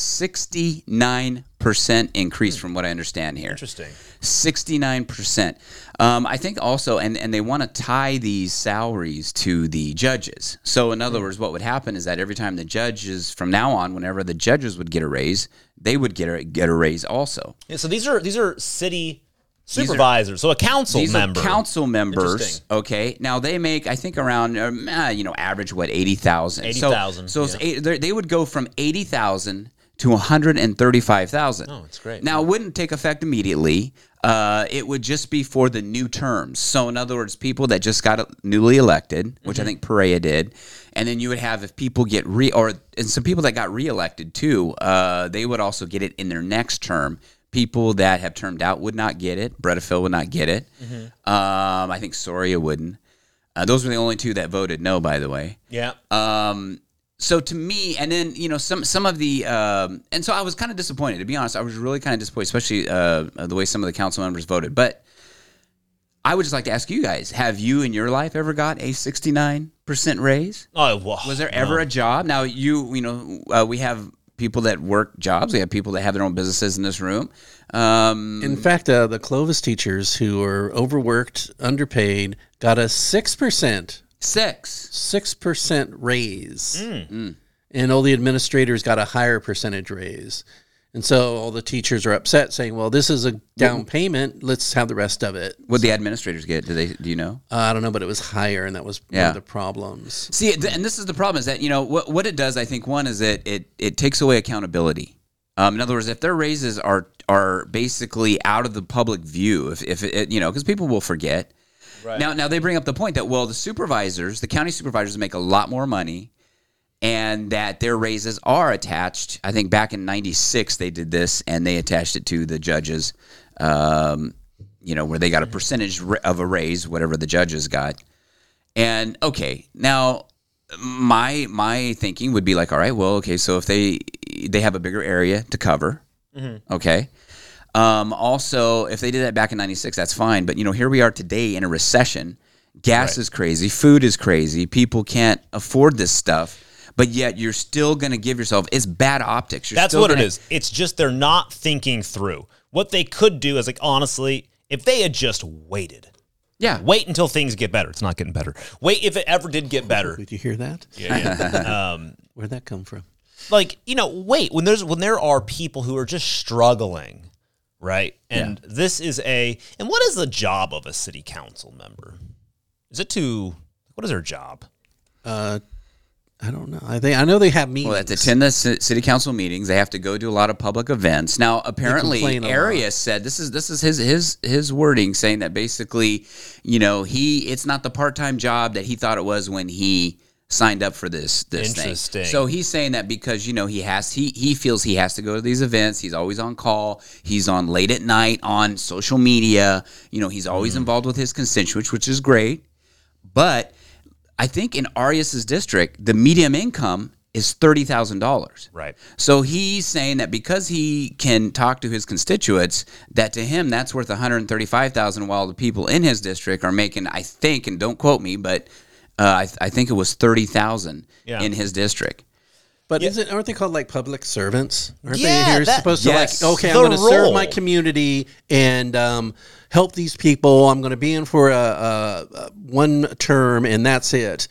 [SPEAKER 2] 69%
[SPEAKER 1] Hmm.
[SPEAKER 2] increase from what I understand here.
[SPEAKER 1] Interesting.
[SPEAKER 2] 69%. Um, I think also, and, and they want to tie these salaries to the judges. So, in other words, what would happen is that every time the judges, from now on, whenever the judges would get a raise, they would get a, get a raise also.
[SPEAKER 1] Yeah, so these are these are city supervisors. so a council
[SPEAKER 2] These
[SPEAKER 1] member.
[SPEAKER 2] are council members.
[SPEAKER 1] Interesting.
[SPEAKER 2] Okay, now they make I think around um, ah, you know average what eighty thousand.
[SPEAKER 1] 80,000,
[SPEAKER 2] So, so it's eight, they- they would go from eighty thousand to one hundred and thirty-five thousand.
[SPEAKER 1] Oh, it's great.
[SPEAKER 2] Now it wouldn't take effect immediately. Uh, it would just be for the new terms. So in other words, people that just got newly elected, which I
[SPEAKER 1] Mm-hmm.
[SPEAKER 2] think Perea did, and then you would have if people get re or and some people that got reelected too, uh, they would also get it in their next term. People that have termed out would not get it. Bretta Phil would not get it.
[SPEAKER 1] Mm-hmm.
[SPEAKER 2] Um, I think Soria wouldn't. Uh, those were the only two that voted no, by the way
[SPEAKER 1] Yeah.
[SPEAKER 2] Uh, so to me, and then you know some some of the um, and so I was kind of disappointed to be honest. I was really kind of disappointed, especially uh, uh, the way some of the council members voted. But I would just like to ask you guys: Have you in your life ever got a sixty nine percent raise?
[SPEAKER 1] oh, well,
[SPEAKER 2] Was there ever a job? Now you you know uh, we have people that work jobs. We have people that have their own businesses in this room. Um,
[SPEAKER 3] In fact, uh, the Clovis teachers who were overworked, underpaid, got a six percent
[SPEAKER 2] six.
[SPEAKER 3] six percent raise, Mm. and all the administrators got a higher percentage raise. And so all the teachers are upset, saying, "Well, this is a down payment. Let's have the rest of it."
[SPEAKER 2] What the administrators get? Do they? Do you know?
[SPEAKER 3] Uh, I don't know, but it was higher, and that was one
[SPEAKER 2] Yeah.
[SPEAKER 3] of the problems.
[SPEAKER 2] See, th- and this is the problem is that you know what what it does. I think one is that it it takes away accountability. Um, in other words, if their raises are are basically out of the public view, if if it, you know, because people will forget. Now, now they bring up the point that well, the supervisors, the county supervisors, make a lot more money, and that their raises are attached. I think back in '96 they did this, and they attached it to the judges. Um, you know, where they got a percentage ra- of a raise, whatever the judges got. And okay, now my my thinking would be like, all right, well, okay, so if they they have a bigger area to cover,
[SPEAKER 1] Mm-hmm.
[SPEAKER 2] okay. Um, also, if they did that back in '96, that's fine. But you know, here we are today in a recession. Gas is crazy, food is crazy, people can't afford this stuff. But yet, you're still going to give yourself. It's bad optics. You're
[SPEAKER 1] That's
[SPEAKER 2] still
[SPEAKER 1] what
[SPEAKER 2] gonna-
[SPEAKER 1] it is. It's just they're not thinking through. What they could do is like honestly, if they had just waited.
[SPEAKER 2] Yeah.
[SPEAKER 1] Wait until things get better. It's not getting better. Wait if it ever did get better.
[SPEAKER 3] Did you hear that?
[SPEAKER 1] Yeah, yeah. um,
[SPEAKER 3] Where'd that come from?
[SPEAKER 1] like, you know, wait, when there's when there are people who are just struggling, right? And this is a and what is the job of a city council member? Is it to what is their job?
[SPEAKER 3] Uh, I don't know. I think I know they have meetings.
[SPEAKER 2] Well, they have to attend the ci- city council meetings. They have to go to a lot of public events. Now, apparently,
[SPEAKER 3] complain a lot.
[SPEAKER 2] Arias said this is this is his his his wording saying that basically, you know, he it's not the part time job that he thought it was when he signed up for this this
[SPEAKER 1] Interesting.
[SPEAKER 2] thing. So he's saying that because you know he has he he feels he has to go to these events. He's always on call. He's on late at
[SPEAKER 3] Mm-hmm.
[SPEAKER 2] night on social media. You know, he's always involved with his constituents, which is great But I think in Arias's district, the medium income is thirty thousand dollars.
[SPEAKER 1] Right.
[SPEAKER 2] So he's saying that because he can talk to his constituents, that to him that's worth one hundred thirty-five thousand, while the people in his district are making, I think, and don't quote me, but uh, I, th- I think it was thirty thousand
[SPEAKER 1] Yeah.
[SPEAKER 2] in his district.
[SPEAKER 3] But isn't aren't they called like public servants? Aren't
[SPEAKER 1] Yeah,
[SPEAKER 3] they here
[SPEAKER 1] that-
[SPEAKER 3] supposed
[SPEAKER 2] Yes.
[SPEAKER 3] to like okay,
[SPEAKER 1] The
[SPEAKER 3] I'm going to serve
[SPEAKER 1] role.
[SPEAKER 3] my community and um, help these people. I'm going to be in for a, a, a one term and that's it.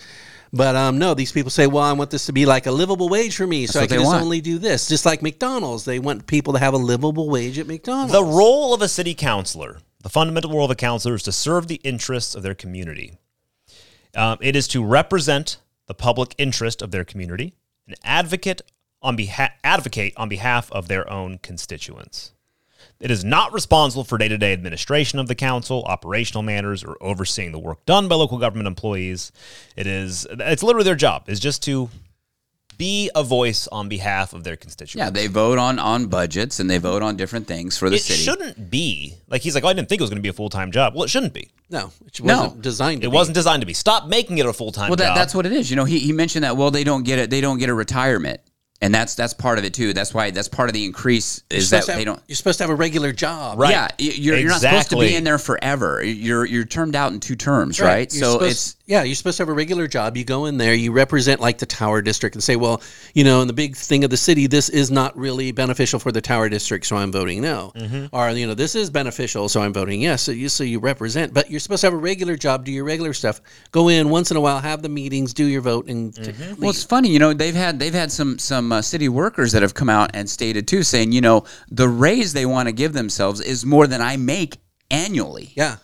[SPEAKER 3] But um, no, these people say, "Well, I want this to be like a livable wage for me, so I
[SPEAKER 2] what
[SPEAKER 3] can
[SPEAKER 2] they
[SPEAKER 3] just
[SPEAKER 2] want.
[SPEAKER 3] only do this." Just like McDonald's, they want people to have a livable wage at McDonald's.
[SPEAKER 1] The role of a city councilor, the fundamental role of a councilor, is to serve the interests of their community. Um, it is to represent the public interest of their community and advocate on beha- advocate on behalf of their own constituents. It is not responsible for day to day administration of the council, operational matters, or overseeing the work done by local government employees. It is it's literally their job is just to be a voice on behalf of their constituents.
[SPEAKER 2] Yeah, they vote on on budgets and they vote on different things for the
[SPEAKER 1] it
[SPEAKER 2] city.
[SPEAKER 1] shouldn't be like he's like, oh, I didn't think it was going to be a full time job. Well, it shouldn't be.
[SPEAKER 3] no, it
[SPEAKER 2] No.
[SPEAKER 3] wasn't designed. To
[SPEAKER 1] It
[SPEAKER 3] be.
[SPEAKER 1] wasn't designed to be. Stop making it a full time
[SPEAKER 2] Well, that,
[SPEAKER 1] job.
[SPEAKER 2] that's what it is. You know, he, he mentioned that. Well, they don't get it. They don't get a retirement, and that's that's part of it too. That's why that's part of the increase is that
[SPEAKER 3] Supposed to have-
[SPEAKER 2] they don't.
[SPEAKER 3] You're supposed to have a regular job,
[SPEAKER 1] Right.
[SPEAKER 2] Yeah, y- you're, you're not supposed to
[SPEAKER 1] Exactly.
[SPEAKER 2] be in there forever. You're you're termed out in two terms, right?
[SPEAKER 3] You're
[SPEAKER 2] So
[SPEAKER 3] supposed-
[SPEAKER 2] it's
[SPEAKER 3] yeah, you're supposed to have a regular job. You go in there, you represent like the tower district, and say, well, you know, in the big thing of the city, this is not really beneficial for the tower district, so I'm voting no.
[SPEAKER 2] Mm-hmm.
[SPEAKER 3] Or you know, this is beneficial, so I'm voting yes. So you so you represent, but you're supposed to have a regular job, do your regular stuff, go in once in a while, have the meetings, do your vote, and
[SPEAKER 2] well, it's funny. You know, they've had they've had some some uh, city workers that have come out and stated too, saying you know the raise they want to give themselves is more than I make annually.
[SPEAKER 3] yeah.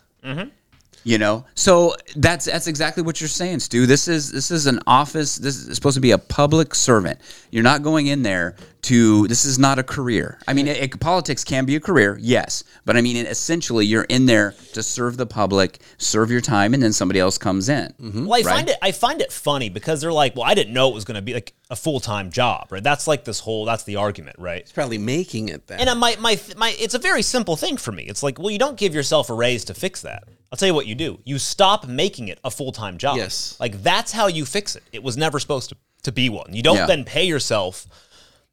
[SPEAKER 2] You know, so that's that's exactly what you're saying, Stu. This is this is an office. This is supposed to be a public servant. You're not going in there to. This is not a career. I mean, it, it- politics can be a career, yes, but I mean, it, essentially, you're in there to serve the public, serve your time, and then somebody else comes in.
[SPEAKER 1] Well, I find it I find it funny because they're like, well, I didn't know it was going to be like a full time job, right? That's like this whole that's the argument, right?
[SPEAKER 3] It's probably making it that.
[SPEAKER 1] And I, my my my it's a very simple thing for me. It's like, well, you don't give yourself a raise to fix that. I'll tell you what you do. You stop making it a full time job.
[SPEAKER 3] Yes.
[SPEAKER 1] Like that's how you fix it. It was never supposed to, to be one. You don't
[SPEAKER 2] Yeah.
[SPEAKER 1] then pay yourself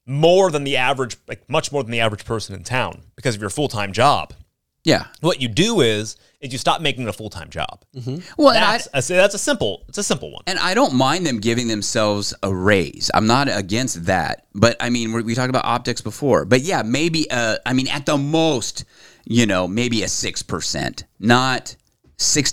[SPEAKER 1] more than the average, like much more than the average person in town because of your full time job.
[SPEAKER 2] Yeah.
[SPEAKER 1] what you do is is you stop making it a full time job.
[SPEAKER 2] Well, and Mm-hmm. I,
[SPEAKER 1] That's a, that's a simple it's a simple one.
[SPEAKER 2] And I don't mind them giving themselves a raise. I'm not against that. But I mean, we we talked about optics before. But yeah, maybe, uh, I mean, at the most, you know, maybe a 6%, not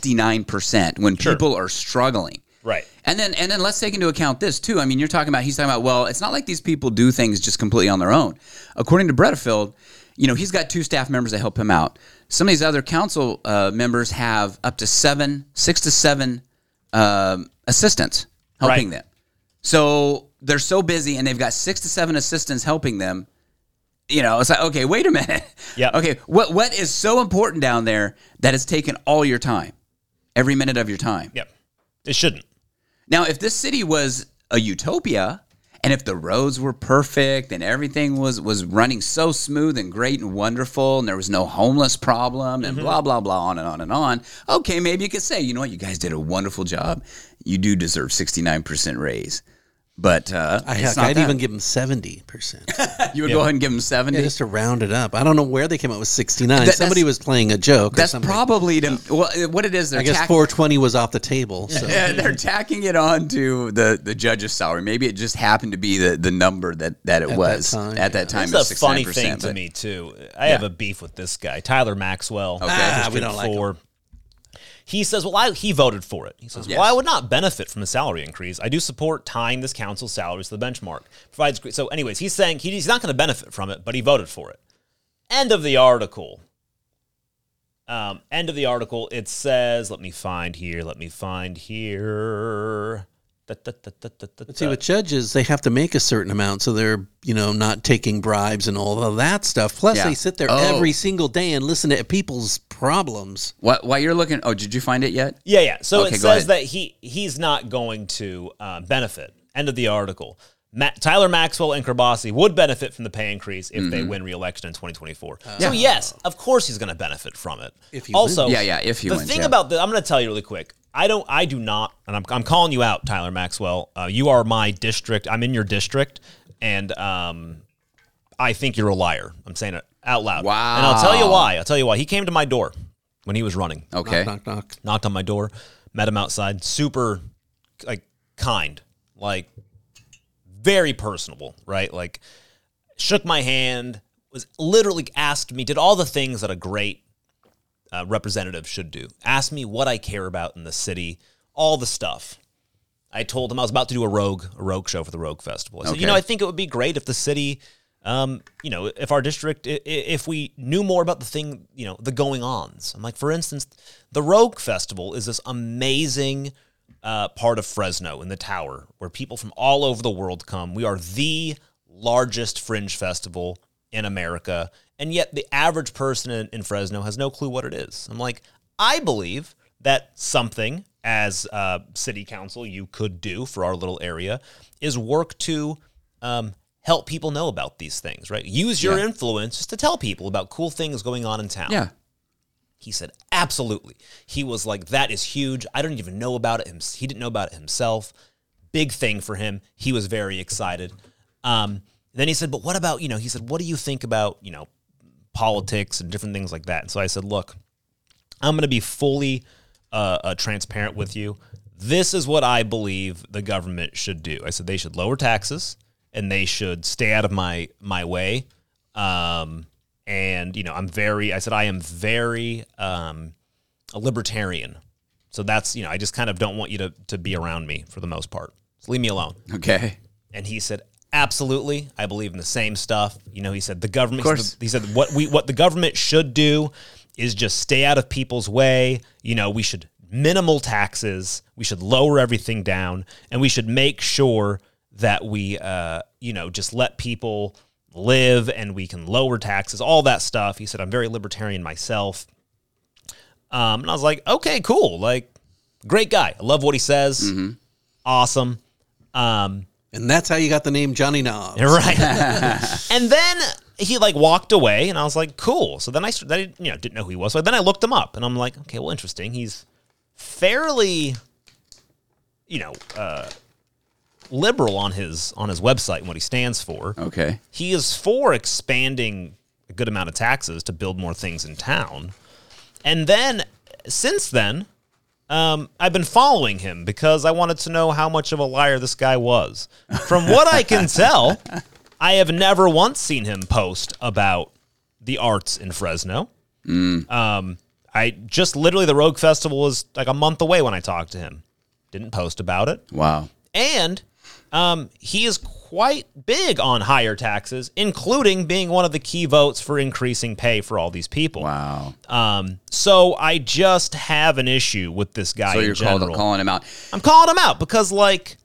[SPEAKER 2] 69% when people are struggling.
[SPEAKER 1] Right.
[SPEAKER 2] And then and then let's take into account this too. I mean, you're talking about he's talking about well, it's not like these people do things just completely on their own. According to Bredefield, you know, he's got two staff members that help him out. Some of these other council uh, members have up to seven, six to seven um, assistants helping
[SPEAKER 1] Right.
[SPEAKER 2] them. So they're so busy and they've got six to seven assistants helping them. You know, it's like okay, wait a minute.
[SPEAKER 1] Yeah.
[SPEAKER 2] Okay, what what is so important down there that it's taken all your time, every minute of your time?
[SPEAKER 1] Yep. It shouldn't.
[SPEAKER 2] Now, if this city was a utopia, and if the roads were perfect and everything was was running so smooth and great and wonderful, and there was no homeless problem and
[SPEAKER 3] Mm-hmm.
[SPEAKER 2] blah blah blah on and on and on, okay, maybe you could say, you know what, you guys did a wonderful job. You do deserve sixty nine percent raise, but uh,
[SPEAKER 3] I,
[SPEAKER 2] it's
[SPEAKER 3] heck,
[SPEAKER 2] not
[SPEAKER 3] I'd
[SPEAKER 2] that.
[SPEAKER 3] even give them seventy percent.
[SPEAKER 2] you would go ahead and give them seventy.
[SPEAKER 3] Yeah, just to round it up. I don't know where they came up with sixty nine.
[SPEAKER 2] That-
[SPEAKER 3] Somebody
[SPEAKER 2] that's-
[SPEAKER 3] was playing a joke. or
[SPEAKER 2] That's
[SPEAKER 3] something.
[SPEAKER 2] probably to, well, what it is. They're
[SPEAKER 3] I guess
[SPEAKER 2] tack-
[SPEAKER 3] four twenty was off the table. So.
[SPEAKER 2] Yeah, they're tacking it on to the, the judge's salary. Maybe it just happened to be the, the number that, that it was
[SPEAKER 3] time,
[SPEAKER 2] at
[SPEAKER 3] yeah.
[SPEAKER 2] that time.
[SPEAKER 1] It's a
[SPEAKER 2] it was
[SPEAKER 1] funny
[SPEAKER 2] 69%,
[SPEAKER 1] thing to
[SPEAKER 2] but-
[SPEAKER 1] me too. I have a beef with this guy, Tyler Maxwell. Okay.
[SPEAKER 2] Ah,
[SPEAKER 3] we don't like
[SPEAKER 1] He says, "Well, I, he voted for it." He says,
[SPEAKER 2] Yes.
[SPEAKER 1] "Well, I would not benefit from a salary increase. I do support tying this council's salaries to the benchmark. Provides gre- so, anyways, he's saying he- he's not going to benefit from it, but he voted for it. End of the article. Um, end of the article. It says, "Let me find here. Let me find here." Da, da, da, da, da, da,
[SPEAKER 3] See,
[SPEAKER 1] da.
[SPEAKER 3] with judges, they have to make a certain amount, so they're you know not taking bribes and all of that stuff. Plus,
[SPEAKER 2] Yeah.
[SPEAKER 3] they sit there
[SPEAKER 2] Oh.
[SPEAKER 3] every single day and listen to people's problems.
[SPEAKER 2] Wh- while you're looking, oh, did you find it yet?
[SPEAKER 1] Yeah, yeah. So
[SPEAKER 2] Okay,
[SPEAKER 1] it
[SPEAKER 2] go
[SPEAKER 1] says
[SPEAKER 2] ahead.
[SPEAKER 1] that he he's not going to uh, benefit. End of the article. Ma- Tyler Maxwell and Kerbasi would benefit from the pay increase if
[SPEAKER 2] Mm-hmm.
[SPEAKER 1] they win re-election in 2024. so yes, of course he's going to benefit from it. If
[SPEAKER 3] he
[SPEAKER 1] also,
[SPEAKER 2] Yeah, yeah, if he
[SPEAKER 1] the
[SPEAKER 2] wins,
[SPEAKER 1] thing
[SPEAKER 2] yeah.
[SPEAKER 1] about this, I'm going to tell you really quick. I don't. I do not. And I'm, I'm calling you out, Tyler Maxwell. Uh, you are my district. I'm in your district, and um, I think you're a liar. I'm saying it out loud.
[SPEAKER 2] Wow.
[SPEAKER 1] And I'll tell you why. I'll tell you why. He came to my door when he was running
[SPEAKER 2] Okay.
[SPEAKER 3] Knock, knock.
[SPEAKER 1] knocked on my door, met him outside, super like kind, like very personable, right? Like shook my hand, was literally asked me, did all the things that a great uh, representative should do. Asked me what I care about in the city, all the stuff. I told him I was about to do a rogue, a rogue show for the Rogue Festival. I said, you
[SPEAKER 2] Okay.
[SPEAKER 1] know, I think it would be great if the city, um, you know, if our district, i- i- if we knew more about the thing, you know, the going ons. I'm like, for instance, the Rogue Festival is this amazing uh, part of Fresno in the Tower where people from all over the world come. We are the largest fringe festival in America, and yet the average person in, in Fresno has no clue what it is. I'm like, I believe that something as uh, city council you could do for our little area is work to um, help people know about these things, right? Use your influence just to tell people about cool things going on in town.
[SPEAKER 2] Yeah.
[SPEAKER 1] He said, absolutely. He was like, that is huge. I don't even know about it. Him- He didn't know about it himself. Big thing for him. He was very excited. Um, then he said, but what about, you know, he said, what do you think about, you know, politics and different things like that? And so I said, look, I'm going to be fully uh, uh, transparent with you. This is what I believe the government should do. I said they should lower taxes and they should stay out of my my way. Um, and you know, I'm very. I said I am very um, a libertarian. So that's you know, I just kind of don't want you to to be around me for the most part. So leave me alone.
[SPEAKER 2] Okay.
[SPEAKER 1] And he said, "Absolutely, I believe in the same stuff." You know, he said the government.
[SPEAKER 2] course.
[SPEAKER 1] He said what we what the government should do is just stay out of people's way. You know, we should minimal taxes. We should lower everything down, and we should make sure that we, uh, you know, just let people live, and we can lower taxes, all that stuff. He said, "I'm very libertarian myself." Um, and I was like, okay, cool. Like, great guy. I love what he says. Awesome. Um,
[SPEAKER 3] And that's how you got the name Johnny Knobs.
[SPEAKER 1] Right. and then he like walked away, and I was like, cool. So then I, st- then I you know didn't know who he was. So then I looked him up, and I'm like, okay, well, interesting. He's fairly, you know, uh, liberal on his on his website and what he stands for.
[SPEAKER 2] Okay.
[SPEAKER 1] He is for expanding a good amount of taxes to build more things in town. And then since then, um, I've been following him because I wanted to know how much of a liar this guy was. From what I can tell, I have never once seen him post about the arts in Fresno. Um, I just literally the Rogue Festival was like a month away when I talked to him. Didn't post about it
[SPEAKER 2] Wow.
[SPEAKER 1] and um, he is quite big on higher taxes, including being one of the key votes for increasing pay for all these people.
[SPEAKER 2] Wow.
[SPEAKER 1] Um, so I just have an issue with this guy.
[SPEAKER 2] So
[SPEAKER 1] in
[SPEAKER 2] you're called,
[SPEAKER 1] general.
[SPEAKER 2] calling him out.
[SPEAKER 1] I'm calling him out because, like,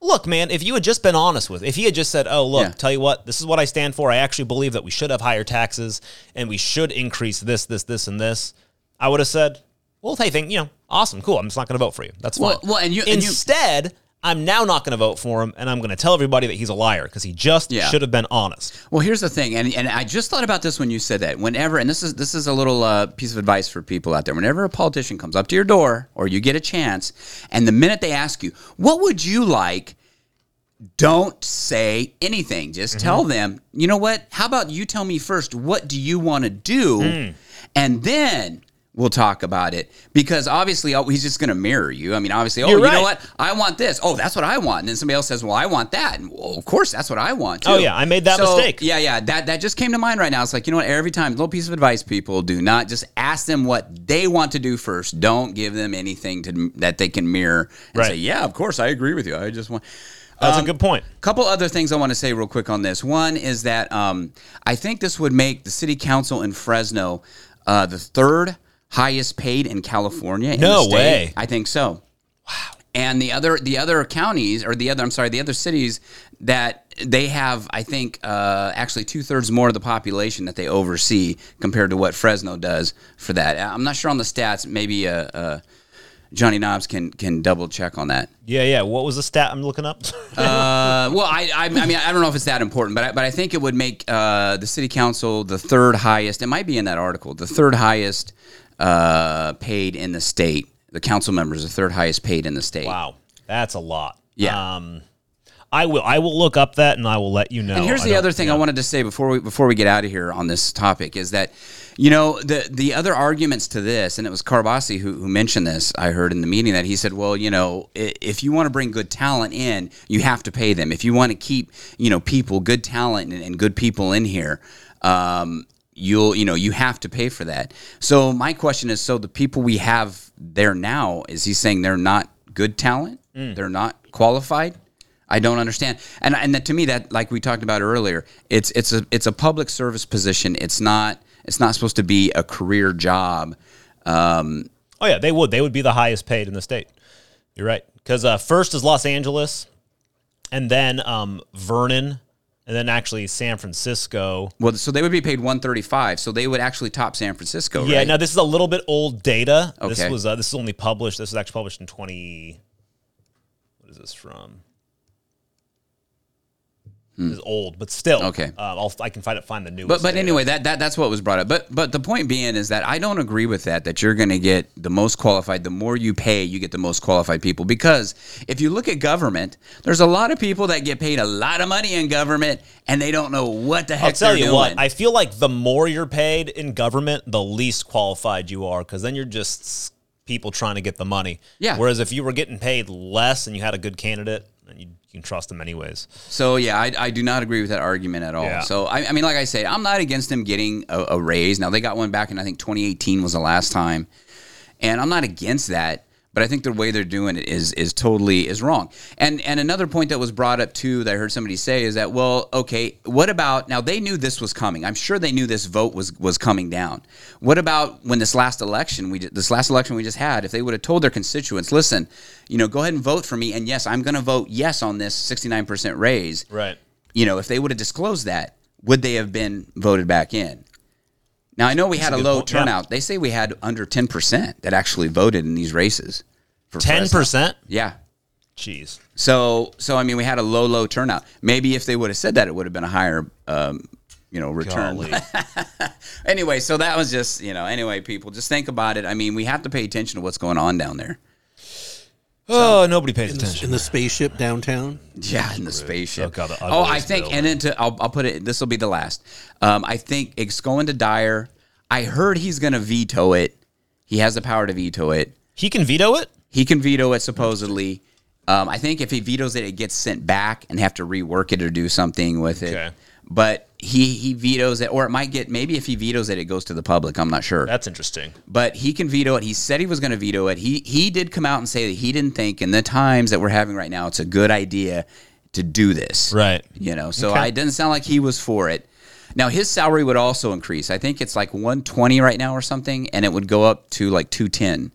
[SPEAKER 1] look, man, if you had just been honest with, if he had just said, "Oh, look,
[SPEAKER 2] Yeah.
[SPEAKER 1] tell you what, this is what I stand for. I actually believe that we should have higher taxes and we should increase this, this, this, and this," I would have said, "Well, hey, thing, you know, awesome, cool. I'm just not going to vote for you. That's
[SPEAKER 2] Well-
[SPEAKER 1] fine."
[SPEAKER 2] well, and you- and you-
[SPEAKER 1] instead. I'm now not going to vote for him, and I'm going to tell everybody that he's a liar because he just
[SPEAKER 2] Yeah.
[SPEAKER 1] should have been honest.
[SPEAKER 2] Well, here's the thing, and, and I just thought about this when you said that. Whenever, and this is this is a little uh, piece of advice for people out there. Whenever a politician comes up to your door, or you get a chance, and the minute they ask you, "What would you like?" Don't say anything. Just
[SPEAKER 1] Mm-hmm.
[SPEAKER 2] tell them, you know what? How about you tell me first what do you want to do,
[SPEAKER 1] Mm.
[SPEAKER 2] and then we'll talk about it. Because obviously, oh, he's just going to mirror you. I mean, obviously, oh,
[SPEAKER 1] You're
[SPEAKER 2] you
[SPEAKER 1] right.
[SPEAKER 2] know what? I want this. Oh, that's what I want. And then somebody else says, well, I want that. And well, of course, that's what I want. Too.
[SPEAKER 1] Oh, yeah, I made that
[SPEAKER 2] So,
[SPEAKER 1] mistake.
[SPEAKER 2] Yeah, yeah, that that just came to mind right now. It's like you know what? Every time, little piece of advice, people do not just ask them what they want to do first. Don't give them anything to that they can mirror and
[SPEAKER 1] Right.
[SPEAKER 2] say, "Yeah, of course, I agree with you." I just want.
[SPEAKER 1] That's
[SPEAKER 2] Um,
[SPEAKER 1] a good point.
[SPEAKER 2] Couple other things I want to say real quick on this. One is that um, I think this would make the city council in Fresno uh, the third highest paid in California. in
[SPEAKER 1] No
[SPEAKER 2] the state.
[SPEAKER 1] way.
[SPEAKER 2] I think so. Wow. And the other the other counties or the other I'm sorry the other cities that they have I think uh, actually two thirds more of the population that they oversee compared to what Fresno does for that. I'm not sure on the stats. Maybe uh, uh, Johnny Knobs can can double check on that.
[SPEAKER 1] Yeah, yeah. What was the stat I'm looking up?
[SPEAKER 2] Uh, well, I, I, I mean, I don't know if it's that important, but I, but I think it would make uh, the city council the third highest. It might be in that article, the third highest uh, paid in the state. The council members, the third highest paid in the state.
[SPEAKER 1] wow, that's a lot.
[SPEAKER 2] Yeah.
[SPEAKER 1] Um, I will. I will look up that, and I will let you know.
[SPEAKER 2] And here's
[SPEAKER 1] I
[SPEAKER 2] the
[SPEAKER 1] don't-
[SPEAKER 2] other thing
[SPEAKER 1] yeah.
[SPEAKER 2] I wanted to say before we before we get out of here on this topic is that, you know, the the other arguments to this, and it was Carbasi who, who mentioned this. I heard in the meeting that he said, well, you know, i- if you want to bring good talent in, you have to pay them. If you want to keep, you know, people, good talent and, and good people in here, um, you'll you know you have to pay for that. So my question is, so the people we have there now, is he saying they're not good talent?
[SPEAKER 1] Mm.
[SPEAKER 2] They're not qualified? I don't understand. And and that, to me that like we talked about earlier, it's it's a it's a public service position. It's not it's not supposed to be a career job. Um,
[SPEAKER 1] Oh yeah, they would. They would be the highest paid in the state. You're right. Because uh, first is Los Angeles, and then um, Vernon, and then actually San Francisco.
[SPEAKER 2] well, so they would be paid one thirty five. So they would actually top San Francisco.
[SPEAKER 1] Yeah.
[SPEAKER 2] Oh, right?
[SPEAKER 1] Now this is a little bit old data. This
[SPEAKER 2] Okay.
[SPEAKER 1] was uh, this is only published. This was actually published in 20. What is this from? This is old, but still
[SPEAKER 2] Hmm. Okay.
[SPEAKER 1] Uh, I'll, I can find it. Find the new.
[SPEAKER 2] But but anyway, that, that that's what was brought up. But but the point being is that I don't agree with that. That you're going to get the most qualified. The more you pay, you get the most qualified people. Because if you look at government, there's a lot of people that get paid a lot of money in government, and they don't know what the heck.
[SPEAKER 1] I'll tell
[SPEAKER 2] they're
[SPEAKER 1] you
[SPEAKER 2] doing.
[SPEAKER 1] what. I feel like the more you're paid in government, the least qualified you are, because then you're just s- people trying to get the money.
[SPEAKER 2] Yeah.
[SPEAKER 1] Whereas if you were getting paid less and you had a good candidate, then you, you can trust them anyways.
[SPEAKER 2] So yeah, I, I do not agree with that argument at all.
[SPEAKER 1] Yeah.
[SPEAKER 2] So I, I mean, like I say, I'm not against them getting a, a raise. Now they got one back in I think 2018 was the last time, and I'm not against that. But I think the way they're doing it is is totally is wrong. And and another point that was brought up too that I heard somebody say is that well, okay, what about now? They knew this was coming. I'm sure they knew this vote was was coming down. What about when this last election we ju- this last election we just had? If they would have told their constituents, listen, you know, go ahead and vote for me, and yes, I'm going to vote yes on this 69 percent raise
[SPEAKER 1] Right.
[SPEAKER 2] you know, if they would have disclosed that, would they have been voted back in? Now I know we had a
[SPEAKER 1] good
[SPEAKER 2] low
[SPEAKER 1] point, yeah.
[SPEAKER 2] turnout. They say we had under ten percent that actually voted in these races. for
[SPEAKER 1] Ten
[SPEAKER 2] Fresno.
[SPEAKER 1] percent.
[SPEAKER 2] Yeah.
[SPEAKER 1] Jeez.
[SPEAKER 2] So so I mean we had a low low turnout. Maybe if they would have said that, it would have been a higher, um, you know, return.
[SPEAKER 1] Golly.
[SPEAKER 2] Anyway, so that was just you know. Anyway, people, just think about it. I mean, we have to pay attention to what's going on down there.
[SPEAKER 1] oh, nobody pays
[SPEAKER 3] in
[SPEAKER 1] attention.
[SPEAKER 3] the spaceship downtown.
[SPEAKER 2] Yeah, in the spaceship.
[SPEAKER 1] Oh, God, the
[SPEAKER 2] oh, I
[SPEAKER 1] ugliest
[SPEAKER 2] think,
[SPEAKER 1] building.
[SPEAKER 2] and then to, I'll, I'll put it. This will be the last. Um, I think it's going to Dyer. I heard he's going to veto it. He has the power to veto it.
[SPEAKER 1] He can veto it.
[SPEAKER 2] He can veto it supposedly. Um, I think if he vetoes it, it gets sent back and have to rework it or do something with it.
[SPEAKER 1] Okay.
[SPEAKER 2] But he he vetoes it, or it might get maybe if he vetoes it, it goes to the public. I'm not sure
[SPEAKER 1] That's interesting.
[SPEAKER 2] but he can veto it. He said he was going to veto it. He he did come out and say that he didn't think in the times that we're having right now it's a good idea to do this.
[SPEAKER 1] Right.
[SPEAKER 2] You know, so
[SPEAKER 1] Okay.
[SPEAKER 2] I, it doesn't sound like he was for it. Now his salary would also increase. I think it's like 120 right now or something and it would go up to like 210.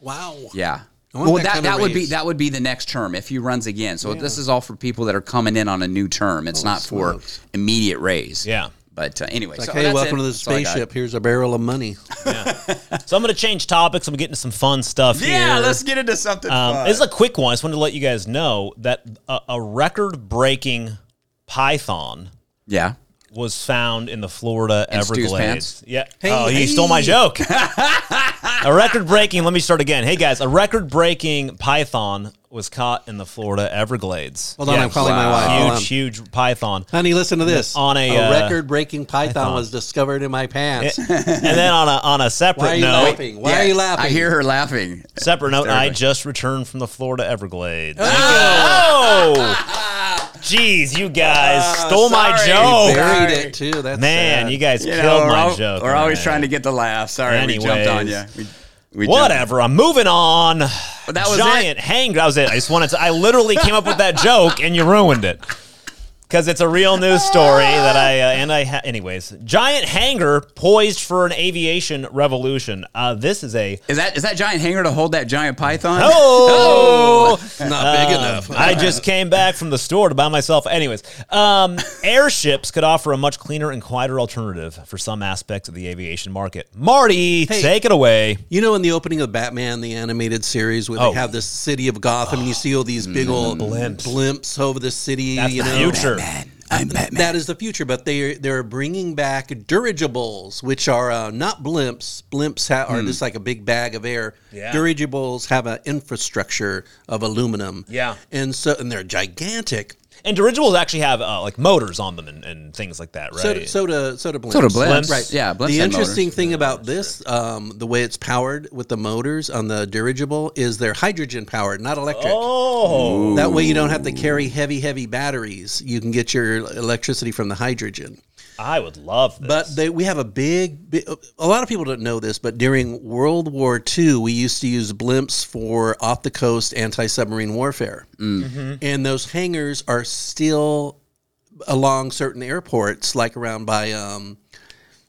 [SPEAKER 3] Wow.
[SPEAKER 2] Yeah.
[SPEAKER 3] I want
[SPEAKER 2] Well,
[SPEAKER 3] that
[SPEAKER 2] that,
[SPEAKER 3] kinda
[SPEAKER 2] that would be
[SPEAKER 3] raise.
[SPEAKER 2] that would be the next term if he runs again. So this is all for people that are coming in on a new term. It's not for
[SPEAKER 3] smokes.
[SPEAKER 2] immediate raise.
[SPEAKER 1] Yeah.
[SPEAKER 2] But uh, anyway,
[SPEAKER 3] Like,
[SPEAKER 2] so
[SPEAKER 3] hey,
[SPEAKER 2] that's
[SPEAKER 3] welcome
[SPEAKER 2] it.
[SPEAKER 3] to the
[SPEAKER 2] That's all I got.
[SPEAKER 3] spaceship. Here's a barrel of money.
[SPEAKER 1] So I'm going to change topics. I'm getting to some fun stuff here.
[SPEAKER 2] Yeah, let's get into something.
[SPEAKER 1] Um,
[SPEAKER 2] fun.
[SPEAKER 1] this is a quick one. I just wanted to let you guys know that a, a record-breaking python
[SPEAKER 2] yeah.
[SPEAKER 1] was found in the Florida
[SPEAKER 2] In Stu's
[SPEAKER 1] Everglades.
[SPEAKER 2] pants?
[SPEAKER 1] Yeah. oh, he stole my joke. a record-breaking. Let me start again. Hey guys, a record-breaking python was caught in the Florida Everglades.
[SPEAKER 3] Hold on, I'm calling my
[SPEAKER 2] Wow.
[SPEAKER 3] wife. Hold on.
[SPEAKER 1] Huge, huge python.
[SPEAKER 3] Honey, listen to this.
[SPEAKER 1] On a, uh,
[SPEAKER 3] record-breaking python, was discovered in my pants.
[SPEAKER 1] and then on a on a
[SPEAKER 3] Why are
[SPEAKER 1] separate
[SPEAKER 3] you
[SPEAKER 1] note,
[SPEAKER 3] laughing? Why
[SPEAKER 2] Yeah,
[SPEAKER 3] are you laughing?
[SPEAKER 2] I hear her laughing.
[SPEAKER 1] separate note, I
[SPEAKER 2] Hysterical.
[SPEAKER 1] just returned from the Florida Everglades.
[SPEAKER 2] Ah!
[SPEAKER 1] Oh. Jeez, you guys stole my
[SPEAKER 2] sorry.
[SPEAKER 1] joke.
[SPEAKER 3] buried
[SPEAKER 2] sorry.
[SPEAKER 3] it too. That's
[SPEAKER 1] Oh, Man,
[SPEAKER 3] sad.
[SPEAKER 1] you guys
[SPEAKER 2] You know,
[SPEAKER 1] killed
[SPEAKER 2] we're,
[SPEAKER 1] my
[SPEAKER 2] al-
[SPEAKER 1] joke.
[SPEAKER 2] we're always
[SPEAKER 1] man.
[SPEAKER 2] trying to get the laugh. Sorry, we jumped on you.
[SPEAKER 1] Anyways.
[SPEAKER 2] We, we jumped.
[SPEAKER 1] Whatever. I'm moving on.
[SPEAKER 2] But that was
[SPEAKER 1] Giant hanged. That was it. I just wanted to. I literally came up with that joke and you ruined it. because it's a real news story that I uh, and I ha- anyways. Giant hangar poised for an aviation revolution. Uh, this is a
[SPEAKER 2] Is that is that giant hanger to hold that giant python?
[SPEAKER 1] oh.
[SPEAKER 3] Not big enough.
[SPEAKER 1] I just came back from the store to buy myself. Anyways, um, airships could offer a much cleaner and quieter alternative for some aspects of the aviation market. Marty, take it away.
[SPEAKER 3] You know, in the opening of Batman, the animated series, where
[SPEAKER 1] Oh. Mm.
[SPEAKER 3] they have this city of Gotham, and you see all these big old
[SPEAKER 1] Blimps.
[SPEAKER 3] blimps over the city.
[SPEAKER 1] That's
[SPEAKER 3] you
[SPEAKER 1] the
[SPEAKER 3] know?
[SPEAKER 1] future.
[SPEAKER 2] Batman. I'm Batman.
[SPEAKER 3] That is the future, but they are, they're bringing back dirigibles, which are uh, not blimps. Blimps ha-
[SPEAKER 1] Hmm.
[SPEAKER 3] are just like a big bag of air.
[SPEAKER 1] Yeah.
[SPEAKER 3] Dirigibles have an infrastructure of aluminum.
[SPEAKER 1] Yeah.
[SPEAKER 3] and so and they're gigantic.
[SPEAKER 1] And dirigibles actually have uh, like motors on them and, and things like that, right?
[SPEAKER 3] So do so do so do blimps.
[SPEAKER 2] So do blimps.
[SPEAKER 1] Blimps.
[SPEAKER 2] Right. Yeah, blimps
[SPEAKER 3] the
[SPEAKER 2] had motors.
[SPEAKER 3] interesting thing about this, um, the way it's powered with the motors on the dirigible, is they're hydrogen powered, not electric.
[SPEAKER 1] oh,
[SPEAKER 3] That way you don't have to carry heavy, heavy batteries. You can get your electricity from the hydrogen.
[SPEAKER 1] I would love this.
[SPEAKER 3] But they, we have a big, big, a lot of people don't know this, but during World War II, we used to use blimps for off the coast anti submarine warfare.
[SPEAKER 2] Mm.
[SPEAKER 3] And those hangars are still along certain airports, like around by um,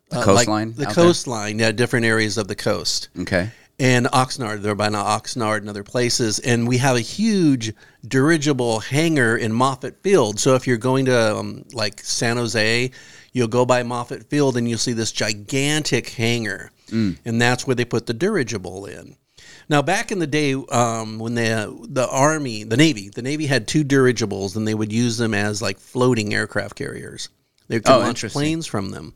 [SPEAKER 2] the
[SPEAKER 3] like
[SPEAKER 2] coastline.
[SPEAKER 3] the
[SPEAKER 2] out there?
[SPEAKER 3] coastline, yeah, different areas of the coast
[SPEAKER 2] Okay.
[SPEAKER 3] and Oxnard. They're by now Oxnard and other places. And we have a huge dirigible hangar in Moffett Field. So if you're going to um, like San Jose, you'll go by Moffett Field and you'll see this gigantic hangar.
[SPEAKER 2] Mm.
[SPEAKER 3] And that's where they put the dirigible in. Now, back in the day, um, when the the army, the navy, the navy had two dirigibles, and they would use them as like floating aircraft carriers. They could
[SPEAKER 2] Oh,
[SPEAKER 3] launch
[SPEAKER 2] interesting.
[SPEAKER 3] planes from them,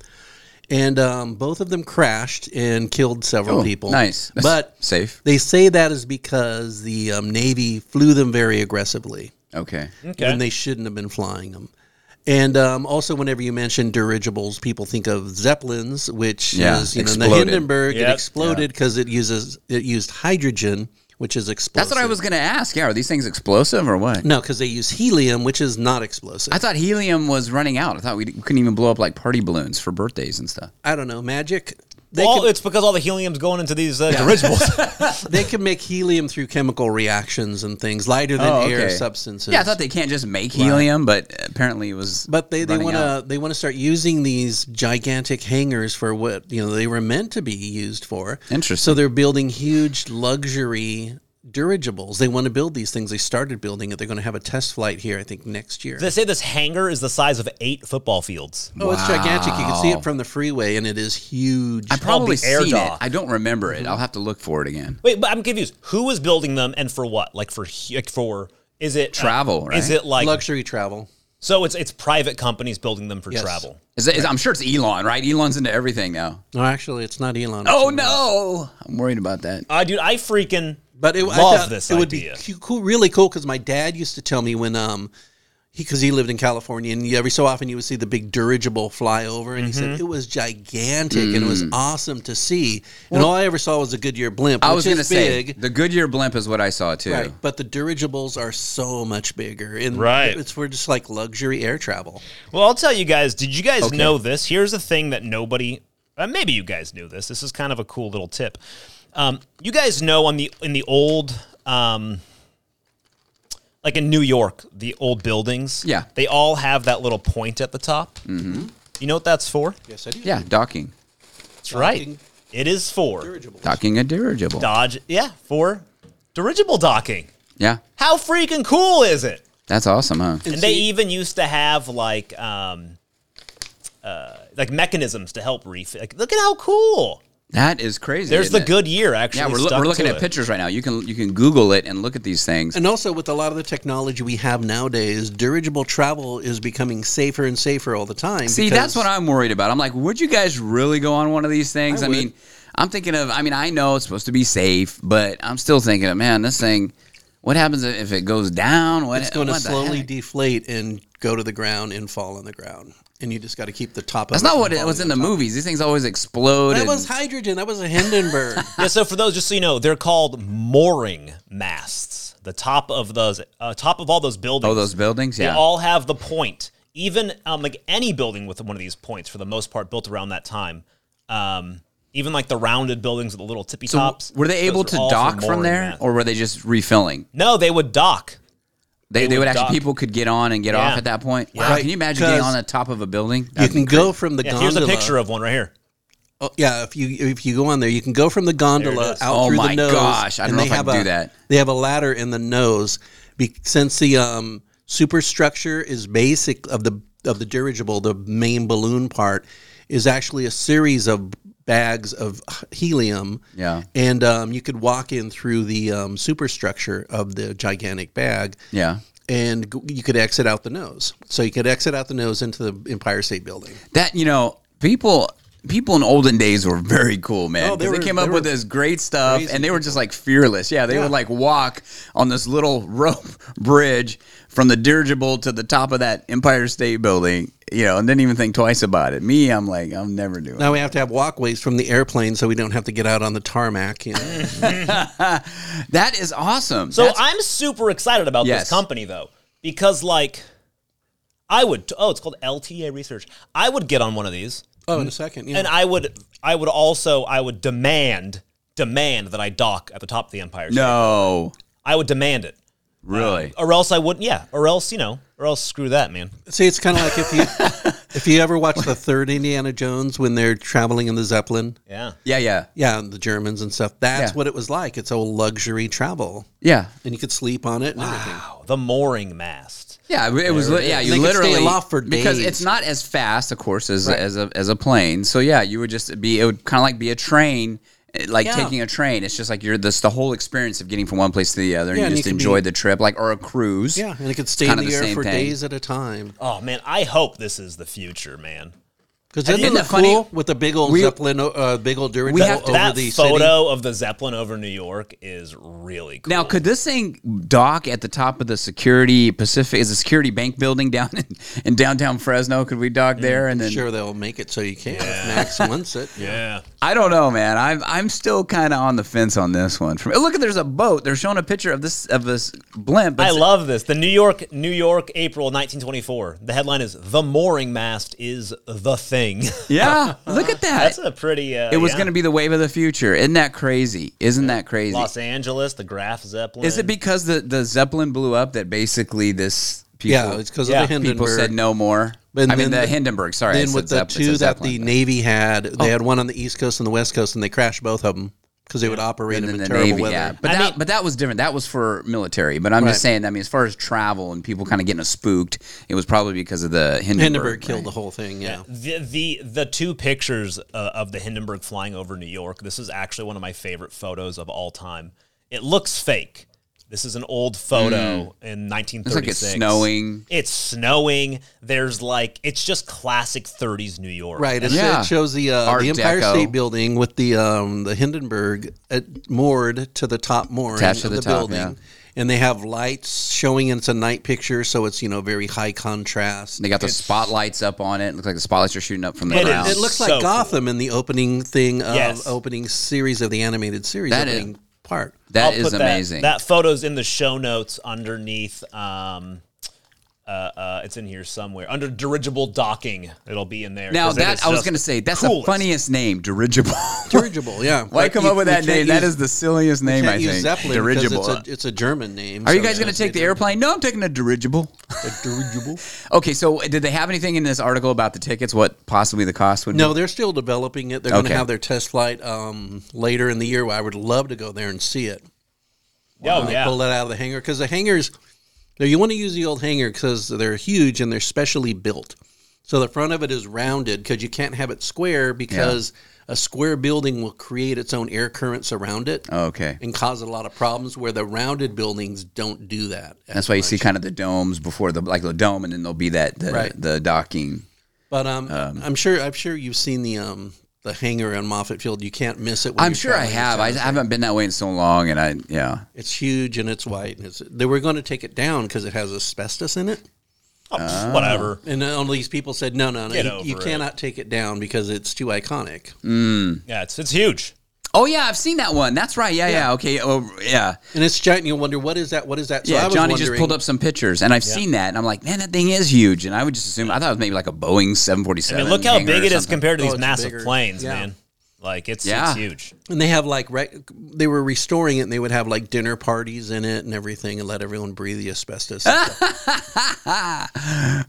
[SPEAKER 3] and um, both of them crashed and killed several
[SPEAKER 2] Cool.
[SPEAKER 3] people.
[SPEAKER 2] Oh, Nice. That's
[SPEAKER 3] but
[SPEAKER 2] safe.
[SPEAKER 3] they say that is because the um, Navy flew them very aggressively
[SPEAKER 2] Okay.
[SPEAKER 1] Okay.
[SPEAKER 3] when they shouldn't have been flying them. And um, also, whenever you mention dirigibles, people think of zeppelins, which
[SPEAKER 2] Yeah,
[SPEAKER 3] is you know, the
[SPEAKER 2] exploded.
[SPEAKER 3] Hindenburg.
[SPEAKER 1] Yep.
[SPEAKER 3] It exploded because it uses it used hydrogen, which is explosive.
[SPEAKER 2] That's what I was going to ask. Yeah, are these things explosive or what?
[SPEAKER 3] No, because they use helium, which is not explosive.
[SPEAKER 2] I thought helium was running out. I thought we d- couldn't even blow up like party balloons for birthdays and stuff.
[SPEAKER 3] I don't know magic. They
[SPEAKER 1] well,
[SPEAKER 3] can,
[SPEAKER 1] it's because all the helium's going into these uh, dirigibles.
[SPEAKER 3] they can make helium through chemical reactions and things lighter than
[SPEAKER 2] Oh,
[SPEAKER 3] air substances.
[SPEAKER 2] Yeah, I thought they can't just make helium, but apparently it was.
[SPEAKER 3] But they, they
[SPEAKER 2] running
[SPEAKER 3] want
[SPEAKER 2] out.
[SPEAKER 3] to they want to start using these gigantic hangars for what you know they were meant to be used for.
[SPEAKER 2] Interesting.
[SPEAKER 3] So they're building huge luxury dirigibles. They want to build these things. They started building it. They're going to have a test flight here, I think, next year.
[SPEAKER 1] they say this hangar is the size of eight football fields.
[SPEAKER 3] oh, it's gigantic. You can see it from the freeway, and it is huge.
[SPEAKER 2] I probably
[SPEAKER 1] the air
[SPEAKER 2] seen
[SPEAKER 1] dock.
[SPEAKER 2] it. I don't remember it. I'll have to look for it again.
[SPEAKER 1] Wait, but I'm confused. Who was building them and for what? Like for hu- like for is it uh,
[SPEAKER 2] Travel,
[SPEAKER 1] Is
[SPEAKER 2] right?
[SPEAKER 1] it like
[SPEAKER 3] luxury travel.
[SPEAKER 1] so? It's it's private companies building them for
[SPEAKER 3] Yes.
[SPEAKER 1] travel.
[SPEAKER 2] Is it, is, I'm sure it's Elon, right? Elon's into everything now.
[SPEAKER 3] No, actually, it's not Elon. it's
[SPEAKER 2] Oh
[SPEAKER 3] someone else.
[SPEAKER 2] no, I'm worried about that.
[SPEAKER 1] Uh, dude, I freaking
[SPEAKER 3] But it, I
[SPEAKER 1] love
[SPEAKER 3] thought
[SPEAKER 1] this
[SPEAKER 3] it would
[SPEAKER 1] idea.
[SPEAKER 3] be cu- cool, really cool because my dad used to tell me when um he because he lived in California and every so often you would see the big dirigible fly over and he
[SPEAKER 1] Mm-hmm.
[SPEAKER 3] said it was gigantic and it was awesome to see and all I ever saw was a Goodyear blimp.
[SPEAKER 2] Mm. I
[SPEAKER 3] which
[SPEAKER 2] was going to
[SPEAKER 3] is
[SPEAKER 2] say
[SPEAKER 3] big,
[SPEAKER 2] the Goodyear blimp is what I saw too.
[SPEAKER 3] right, but the dirigibles are so much bigger and
[SPEAKER 1] Right.
[SPEAKER 3] it's for just like luxury air travel.
[SPEAKER 1] Well, I'll tell you guys. Did you guys
[SPEAKER 2] Okay.
[SPEAKER 1] know this? Here's a thing that nobody. Uh, maybe you guys knew this. This is kind of a cool little tip. Um, you guys know on the in the old, um, like in New York, the old buildings.
[SPEAKER 2] Yeah.
[SPEAKER 1] they all have that little point at the top. Mm-hmm. You know what that's for?
[SPEAKER 3] Yes, I do.
[SPEAKER 2] Yeah, docking,
[SPEAKER 1] That's right. It is for
[SPEAKER 3] Dirigible.
[SPEAKER 2] docking a dirigible.
[SPEAKER 1] dodge. Yeah, for dirigible docking.
[SPEAKER 2] yeah,
[SPEAKER 1] How freaking cool is it?
[SPEAKER 2] that's awesome, huh?
[SPEAKER 1] And they even used to have like um, uh, like mechanisms to help refill. Like, look at how cool.
[SPEAKER 2] That is crazy.
[SPEAKER 1] There's
[SPEAKER 2] isn't
[SPEAKER 1] the
[SPEAKER 2] it?
[SPEAKER 1] good year actually.
[SPEAKER 2] Yeah, we're, loo-
[SPEAKER 1] stuck
[SPEAKER 2] we're looking
[SPEAKER 1] to
[SPEAKER 2] at
[SPEAKER 1] it.
[SPEAKER 2] pictures right now. You can you can Google it and look at these things.
[SPEAKER 3] And also, with a lot of the technology we have nowadays, dirigible travel is becoming safer and safer all the time.
[SPEAKER 2] See,
[SPEAKER 3] because-
[SPEAKER 2] that's what I'm worried about. I'm like, would you guys really go on one of these things? I,
[SPEAKER 3] I
[SPEAKER 2] mean,
[SPEAKER 3] would.
[SPEAKER 2] I'm thinking of. I mean, I know it's supposed to be safe, but I'm still thinking, man, this thing. What happens if it goes down? What,
[SPEAKER 3] It's going to
[SPEAKER 2] what the
[SPEAKER 3] slowly
[SPEAKER 2] heck?
[SPEAKER 3] deflate and go to the ground and fall on the ground. And you just got to keep the top
[SPEAKER 2] That's
[SPEAKER 3] of it.
[SPEAKER 2] not
[SPEAKER 3] from
[SPEAKER 2] what it
[SPEAKER 3] falling
[SPEAKER 2] was in
[SPEAKER 3] on
[SPEAKER 2] the
[SPEAKER 3] top.
[SPEAKER 2] movies. These things always explode.
[SPEAKER 3] That
[SPEAKER 2] and-
[SPEAKER 3] was hydrogen. That was a Hindenburg.
[SPEAKER 1] yeah, so for those, just so you know, they're called mooring masts. The top of those, uh, top of all those buildings.
[SPEAKER 2] oh, those buildings.
[SPEAKER 1] They
[SPEAKER 2] Yeah.
[SPEAKER 1] all have the point. Even um, like any building with one of these points, for the most part, built around that time. Um, even like the rounded buildings with the little tippy
[SPEAKER 2] so
[SPEAKER 1] tops.
[SPEAKER 2] were they
[SPEAKER 1] those
[SPEAKER 2] able
[SPEAKER 1] are
[SPEAKER 2] to
[SPEAKER 1] all for
[SPEAKER 2] dock from
[SPEAKER 1] mooring
[SPEAKER 2] there,
[SPEAKER 1] masts.
[SPEAKER 2] or were they just refilling?
[SPEAKER 1] no, they would dock.
[SPEAKER 2] They, they would
[SPEAKER 1] would
[SPEAKER 2] actually
[SPEAKER 1] dock.
[SPEAKER 2] people could get on and get
[SPEAKER 1] Yeah.
[SPEAKER 2] off at that point. Wow,
[SPEAKER 3] Right,
[SPEAKER 2] can you imagine getting
[SPEAKER 3] 'cause
[SPEAKER 2] on the top of a building?
[SPEAKER 3] you
[SPEAKER 2] That'd
[SPEAKER 3] can
[SPEAKER 2] be
[SPEAKER 3] go from the
[SPEAKER 1] Yeah, here's
[SPEAKER 3] gondola.
[SPEAKER 1] a picture of one right here.
[SPEAKER 3] Oh, yeah, if you if you go on there, you can go from the gondola
[SPEAKER 1] is.
[SPEAKER 3] out
[SPEAKER 2] Oh
[SPEAKER 3] through
[SPEAKER 2] my
[SPEAKER 3] the nose.
[SPEAKER 2] gosh, I don't
[SPEAKER 3] and
[SPEAKER 2] know
[SPEAKER 3] they
[SPEAKER 2] if I
[SPEAKER 3] have
[SPEAKER 2] can do
[SPEAKER 3] a-
[SPEAKER 2] that.
[SPEAKER 3] They have a ladder in the nose. Be, since the um, superstructure is basic of the of the dirigible, the main balloon part is actually a series of bags of helium.
[SPEAKER 2] Yeah.
[SPEAKER 3] and um, you could walk in through the um, superstructure of the gigantic bag.
[SPEAKER 2] Yeah.
[SPEAKER 3] And g- you could exit out the nose. So you could exit out the nose into the Empire State Building.
[SPEAKER 2] That you know, people people in olden days were very cool, man.
[SPEAKER 3] Oh, they
[SPEAKER 2] 'cause they
[SPEAKER 3] were-
[SPEAKER 2] came
[SPEAKER 3] they
[SPEAKER 2] up
[SPEAKER 3] were
[SPEAKER 2] with this great stuff, and they were just like fearless. Yeah, they
[SPEAKER 3] Yeah.
[SPEAKER 2] would like walk on this little rope bridge from the dirigible to the top of that Empire State Building. You know, and didn't even think twice about it. Me, I'm like, I'm never doing. it.
[SPEAKER 3] Now we have to have walkways from the airplane so we don't have to get out on the tarmac. You
[SPEAKER 2] Mm.
[SPEAKER 3] know?
[SPEAKER 2] That is awesome.
[SPEAKER 1] So
[SPEAKER 2] That's-
[SPEAKER 1] I'm super excited about
[SPEAKER 2] Yes.
[SPEAKER 1] this company though, because like, I would. Oh, it's called LTA Research. I would get on one of these,
[SPEAKER 3] oh, in a second. Yeah.
[SPEAKER 1] and I would. I would also. I would demand demand that I dock at the top of the Empire. State.
[SPEAKER 2] no,
[SPEAKER 1] I would demand it,
[SPEAKER 2] really.
[SPEAKER 1] or else I wouldn't. Yeah, or else you know, or else screw that man.
[SPEAKER 3] See, it's kind of like if you if you ever watch the third Indiana Jones when they're traveling in the Zeppelin.
[SPEAKER 1] Yeah.
[SPEAKER 2] Yeah, yeah,
[SPEAKER 3] Yeah, the Germans and stuff. That's
[SPEAKER 2] Yeah.
[SPEAKER 3] what it was like. It's all luxury travel,
[SPEAKER 2] yeah,
[SPEAKER 3] and you could sleep on it and everything.
[SPEAKER 1] The mooring mast.
[SPEAKER 2] yeah. It was li- yeah.
[SPEAKER 3] is.
[SPEAKER 2] You
[SPEAKER 3] They could stay
[SPEAKER 2] literally
[SPEAKER 3] aloft for
[SPEAKER 2] because
[SPEAKER 3] days.
[SPEAKER 2] it's not as fast, of course, as as a as a plane. So yeah, you would just be it would kind of like be a train, eh, like
[SPEAKER 3] Yeah.
[SPEAKER 2] taking a train. It's just like you're this the whole experience of getting from one place to the other, and
[SPEAKER 3] Yeah,
[SPEAKER 2] you
[SPEAKER 3] and you
[SPEAKER 2] just
[SPEAKER 3] could
[SPEAKER 2] enjoy
[SPEAKER 3] be-
[SPEAKER 2] the trip, like or a cruise.
[SPEAKER 3] Yeah, and it could stay in
[SPEAKER 2] Kinda
[SPEAKER 3] the,
[SPEAKER 2] the
[SPEAKER 3] air
[SPEAKER 2] same
[SPEAKER 3] for
[SPEAKER 2] thing.
[SPEAKER 3] days at a time.
[SPEAKER 1] Oh man, I hope this is the future, man.
[SPEAKER 3] Because then
[SPEAKER 2] Isn't it
[SPEAKER 3] it look
[SPEAKER 2] funny?
[SPEAKER 3] cool with the big old
[SPEAKER 2] We-
[SPEAKER 3] Zeppelin, uh, big old dirigible
[SPEAKER 2] We have to-
[SPEAKER 3] over
[SPEAKER 1] that
[SPEAKER 3] the
[SPEAKER 1] photo
[SPEAKER 3] city.
[SPEAKER 1] of the Zeppelin over New York is really cool.
[SPEAKER 2] Now, could this thing dock at the top of the security Pacific? Is the security bank building down in, in downtown Fresno? Could we dock there and then
[SPEAKER 3] Mm, Sure, they'll make it so you can. If Max wants it.
[SPEAKER 1] yeah.
[SPEAKER 2] I don't know, man. I'm I'm still kind of on the fence on this one. From look, there's a boat. They're showing a picture of this of this blimp. but
[SPEAKER 1] I
[SPEAKER 2] it's-
[SPEAKER 1] love this. The New York, New York, April 1924. The headline is "The mooring mast is the thing."
[SPEAKER 2] yeah, look at that.
[SPEAKER 1] Oh. That's a pretty. Uh,
[SPEAKER 2] it was
[SPEAKER 1] yeah.
[SPEAKER 2] going to be the wave of the future. Isn't that crazy? Isn't that crazy?
[SPEAKER 1] Los Angeles, the Graf Zeppelin.
[SPEAKER 2] Is it because the the Zeppelin blew up that basically this people
[SPEAKER 3] Yeah, it's because
[SPEAKER 1] Yeah,
[SPEAKER 3] of the Hindenburg.
[SPEAKER 2] people said no more?
[SPEAKER 3] But
[SPEAKER 2] I mean the
[SPEAKER 3] then the-
[SPEAKER 2] Hindenburg. Sorry, I
[SPEAKER 3] then
[SPEAKER 2] said
[SPEAKER 3] with the
[SPEAKER 2] Zepp- it said
[SPEAKER 3] two that
[SPEAKER 2] Zeppelin, Oh.
[SPEAKER 3] the
[SPEAKER 2] but-
[SPEAKER 3] Navy had, they had one on the East Coast and the West Coast, and they crashed both of them because they would operate
[SPEAKER 2] and
[SPEAKER 3] them
[SPEAKER 2] then
[SPEAKER 3] in
[SPEAKER 2] the
[SPEAKER 3] terrible
[SPEAKER 2] Navy,
[SPEAKER 3] weather.
[SPEAKER 2] yeah. But
[SPEAKER 1] I
[SPEAKER 2] that,
[SPEAKER 1] mean-
[SPEAKER 2] but that was different. That was for military. But I'm just
[SPEAKER 3] Right.
[SPEAKER 2] saying. I mean, as far as travel and people kind of getting spooked, it was probably because of the Hindenburg.
[SPEAKER 3] Hindenburg
[SPEAKER 2] right?
[SPEAKER 3] killed the whole thing. Yeah,
[SPEAKER 1] The, the the two pictures uh, of the Hindenburg flying over New York. This is actually one of my favorite photos of all time. It looks fake. This is an old photo in 1936.
[SPEAKER 2] It's Hmm. like it's snowing.
[SPEAKER 1] It's snowing. There's like it's just classic 30s New York.
[SPEAKER 3] right. It,
[SPEAKER 2] Yeah.
[SPEAKER 3] it shows the uh,
[SPEAKER 2] Art
[SPEAKER 3] the Empire
[SPEAKER 2] Deco.
[SPEAKER 3] State Building with the um, the Hindenburg uh moored to the top mooring
[SPEAKER 2] Attached to
[SPEAKER 3] of
[SPEAKER 2] the
[SPEAKER 3] the,
[SPEAKER 2] top,
[SPEAKER 3] building.
[SPEAKER 2] yeah.
[SPEAKER 3] And they have lights showing it's a night picture, so it's you know very high contrast.
[SPEAKER 2] They got the spotlights up on it. Looks like the spotlights are shooting up from the
[SPEAKER 1] It is.
[SPEAKER 2] ground.
[SPEAKER 3] It looks
[SPEAKER 1] So
[SPEAKER 3] like Gotham in the opening thing of
[SPEAKER 1] Yes.
[SPEAKER 3] opening series of the animated series
[SPEAKER 2] That is-
[SPEAKER 3] opening part.
[SPEAKER 2] That
[SPEAKER 1] I'll
[SPEAKER 2] is
[SPEAKER 1] put
[SPEAKER 2] amazing.
[SPEAKER 1] That, photo's in the show notes underneath. Um, uh, uh, it's in here somewhere under dirigible docking. It'll be in there.
[SPEAKER 2] now
[SPEAKER 1] 'cause it is
[SPEAKER 2] that I was
[SPEAKER 1] just
[SPEAKER 2] going to say that's
[SPEAKER 1] coolest.
[SPEAKER 2] the funniest name, dirigible.
[SPEAKER 3] Dirigible, yeah.
[SPEAKER 2] Why
[SPEAKER 3] But
[SPEAKER 2] come
[SPEAKER 3] you-
[SPEAKER 2] up with
[SPEAKER 3] we
[SPEAKER 2] that
[SPEAKER 3] can't
[SPEAKER 2] name? that
[SPEAKER 3] use-
[SPEAKER 2] is the silliest name I
[SPEAKER 3] Can't use
[SPEAKER 2] think.
[SPEAKER 3] Zeppelin 'cause
[SPEAKER 2] dirigible.
[SPEAKER 3] It's a, it's a German name.
[SPEAKER 2] Are you
[SPEAKER 3] so
[SPEAKER 2] guys
[SPEAKER 3] yeah,
[SPEAKER 2] going to
[SPEAKER 3] they
[SPEAKER 2] take the
[SPEAKER 3] do.
[SPEAKER 2] airplane? No, I'm taking a dirigible.
[SPEAKER 3] A dirigible?
[SPEAKER 2] Okay, so did they have anything in this article about the tickets? What possibly the cost would
[SPEAKER 3] No,
[SPEAKER 2] be?
[SPEAKER 3] they're still developing it. They're going
[SPEAKER 2] Okay.
[SPEAKER 3] to have their test flight um, later in the year. I would love to go there and see it.
[SPEAKER 1] Oh yeah,
[SPEAKER 3] Pull that out of the hangar because the hangars, now you want to use the old hangar because they're huge and they're specially built. So the front of it is rounded because you can't have it square because a square building will create its own air currents around it
[SPEAKER 2] okay,
[SPEAKER 3] and cause a lot of problems where the rounded buildings don't do that.
[SPEAKER 2] that's why you see kind of the domes before the like the dome, and then there'll be that the,
[SPEAKER 3] Right.
[SPEAKER 2] the docking.
[SPEAKER 3] But um, I'm sure I'm sure you've seen the um the hangar on Moffett Field. You can't miss it. When
[SPEAKER 2] I'm
[SPEAKER 3] you're
[SPEAKER 2] sure I
[SPEAKER 3] traveling to
[SPEAKER 2] have. I, I
[SPEAKER 3] San-
[SPEAKER 2] haven't been that way in so long, and I yeah.
[SPEAKER 3] It's huge and it's white. And it's they were going to take it down because it has asbestos in it.
[SPEAKER 1] Oh,
[SPEAKER 2] Ah.
[SPEAKER 1] pff, whatever.
[SPEAKER 3] And all these people said, no, no, no,
[SPEAKER 1] Get
[SPEAKER 3] you, you
[SPEAKER 1] over it.
[SPEAKER 3] cannot take it down because it's too iconic.
[SPEAKER 1] Yeah, it's it's huge.
[SPEAKER 2] Oh yeah, I've seen that one. That's right. Yeah, yeah. Okay. Oh yeah.
[SPEAKER 3] And it's giant. And you wonder what is that? What is that? So I
[SPEAKER 2] yeah,
[SPEAKER 3] was
[SPEAKER 2] Johnny just
[SPEAKER 3] wondering-
[SPEAKER 2] pulled up some pictures, and I've seen that, and I'm like, man, that thing is huge. And I would just assume I thought it was maybe like a Boeing
[SPEAKER 1] I
[SPEAKER 2] 747.
[SPEAKER 1] mean, look how
[SPEAKER 2] hangar or
[SPEAKER 1] big it is
[SPEAKER 2] something.
[SPEAKER 1] compared to
[SPEAKER 3] Oh,
[SPEAKER 1] these
[SPEAKER 3] it's
[SPEAKER 1] massive
[SPEAKER 3] bigger.
[SPEAKER 1] planes,
[SPEAKER 3] Yeah.
[SPEAKER 1] man. Like it's
[SPEAKER 2] Yeah.
[SPEAKER 1] it's huge.
[SPEAKER 3] and they have like rec- they were restoring it and they would have like dinner parties in it and everything and let everyone breathe the asbestos and stuff.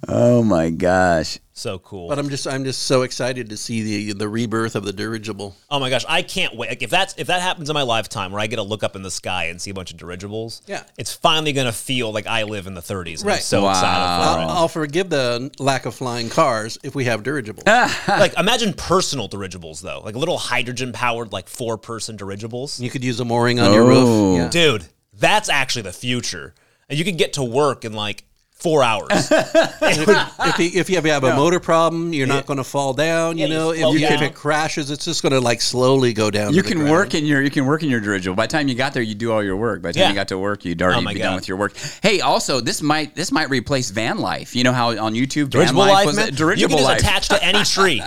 [SPEAKER 2] Oh my gosh.
[SPEAKER 1] So cool.
[SPEAKER 3] but i'm just i'm just so excited to see the the rebirth of the dirigible
[SPEAKER 1] oh my gosh, I can't wait. Like if that's if that happens in my lifetime where I get to look up in the sky and see a bunch of dirigibles,
[SPEAKER 3] Yeah.
[SPEAKER 1] it's finally gonna feel like I live in the 30s. I'm
[SPEAKER 3] Right.
[SPEAKER 1] so
[SPEAKER 2] Wow.
[SPEAKER 1] excited for it.
[SPEAKER 3] I'll, I'll forgive the lack of flying cars if we have dirigibles
[SPEAKER 2] Ah.
[SPEAKER 1] like imagine personal dirigibles though, like little hydrogen powered like four person dirigibles.
[SPEAKER 3] you could use a mooring on your
[SPEAKER 2] Oh.
[SPEAKER 3] roof yeah.
[SPEAKER 1] Dude, that's actually the future. And you can get to work in like four hours.
[SPEAKER 3] if, you, if you have, a motor problem you're not going to fall down you
[SPEAKER 1] Yeah, you slow
[SPEAKER 3] know if, you, if
[SPEAKER 1] down.
[SPEAKER 3] it crashes it's just going to like slowly go down
[SPEAKER 2] You
[SPEAKER 3] to the
[SPEAKER 2] can
[SPEAKER 3] ground.
[SPEAKER 2] work in your you can work in your dirigible. By the time you got there, you do all your work. By the time
[SPEAKER 1] Yeah.
[SPEAKER 2] you got to work, you'd already
[SPEAKER 1] Oh my
[SPEAKER 2] be
[SPEAKER 1] God.
[SPEAKER 2] done with your work. Hey, also this might this might replace van life. You know how on YouTube van
[SPEAKER 1] dirigible life,
[SPEAKER 2] was
[SPEAKER 1] man.
[SPEAKER 2] dirigible
[SPEAKER 1] you can just
[SPEAKER 2] life.
[SPEAKER 1] attach to any tree.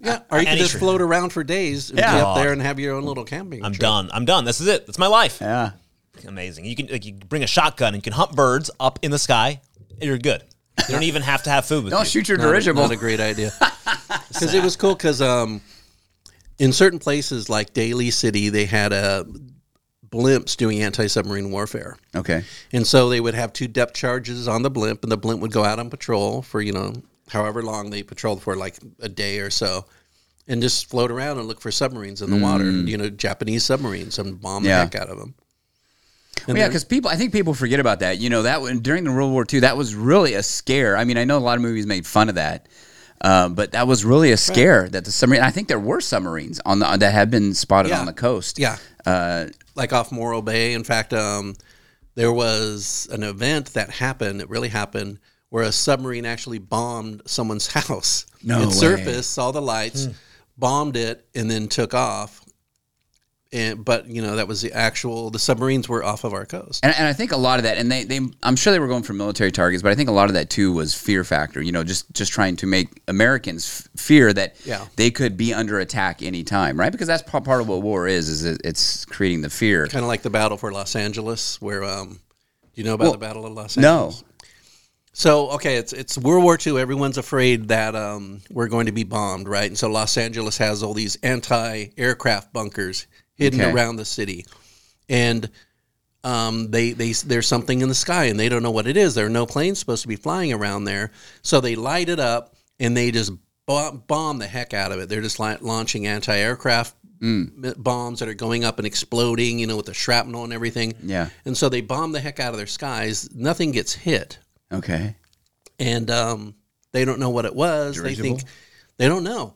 [SPEAKER 3] yeah or you can
[SPEAKER 1] Any
[SPEAKER 3] just
[SPEAKER 1] tree.
[SPEAKER 3] float around for days and be
[SPEAKER 2] Yeah.
[SPEAKER 3] up there and have your own little camping
[SPEAKER 1] I'm
[SPEAKER 3] trip.
[SPEAKER 1] done. I'm done. This is it. That's my life.
[SPEAKER 2] yeah.
[SPEAKER 1] Amazing. You can like you bring a shotgun and you can hunt birds up in the sky. And you're good. You don't even have to have food with
[SPEAKER 2] Don't
[SPEAKER 1] you.
[SPEAKER 2] shoot your
[SPEAKER 3] Not a-
[SPEAKER 2] dirigible.
[SPEAKER 3] Not a great idea. Because it was cool. Because um, in certain places like Daly City, they had uh, blimps doing anti-submarine warfare,
[SPEAKER 2] okay.
[SPEAKER 3] and so they would have two depth charges on the blimp, and the blimp would go out on patrol for you know however long they patrolled for, like a day or so. And just float around and look for submarines in the water. You know, Japanese submarines and bomb
[SPEAKER 2] Yeah.
[SPEAKER 3] the heck out of them.
[SPEAKER 2] Well, yeah, because people, I think people forget about that. You know, that when- during the World War II, that was really a scare. I mean, I know a lot of movies made fun of that, uh, but that was really a scare that the submarine. I think there were submarines on the uh, that had been spotted
[SPEAKER 3] Yeah.
[SPEAKER 2] on the coast.
[SPEAKER 3] Yeah. Uh, like off Morro Bay. In fact, um, there was an event that happened, it really happened, where a submarine actually bombed someone's house.
[SPEAKER 2] No
[SPEAKER 3] it
[SPEAKER 2] way. Hmm.
[SPEAKER 3] surfaced, saw the lights, bombed it, and then took off. And, but you know that was the actual the submarines were off of our coast
[SPEAKER 2] And, and I think a lot of that, and they, they, I'm sure they were going for military targets, but I think a lot of that too was fear factor. You know, just just trying to make Americans f- fear that
[SPEAKER 3] Yeah.
[SPEAKER 2] they could be under attack any time, right? Because that's pa- part of what war is, is it, it's creating the fear.
[SPEAKER 3] kind of like the battle for Los Angeles where um you know about
[SPEAKER 2] Well,
[SPEAKER 3] the battle of Los
[SPEAKER 2] No,
[SPEAKER 3] Angeles So okay, it's it's World War II. Everyone's afraid that um, we're going to be bombed, right? And so Los Angeles has all these anti-aircraft bunkers hidden
[SPEAKER 2] Okay.
[SPEAKER 3] around the city, and um, they they there's something in the sky, and they don't know what it is. There are no planes supposed to be flying around there, so they light it up and they just bomb, bomb the heck out of it. They're just la- launching anti-aircraft
[SPEAKER 2] Mm.
[SPEAKER 3] m- bombs that are going up and exploding, you know, with the shrapnel and everything.
[SPEAKER 2] Yeah.
[SPEAKER 3] and so they bomb the heck out of their skies. Nothing gets hit
[SPEAKER 2] okay,
[SPEAKER 3] and um, they don't know what it was. They think they don't know.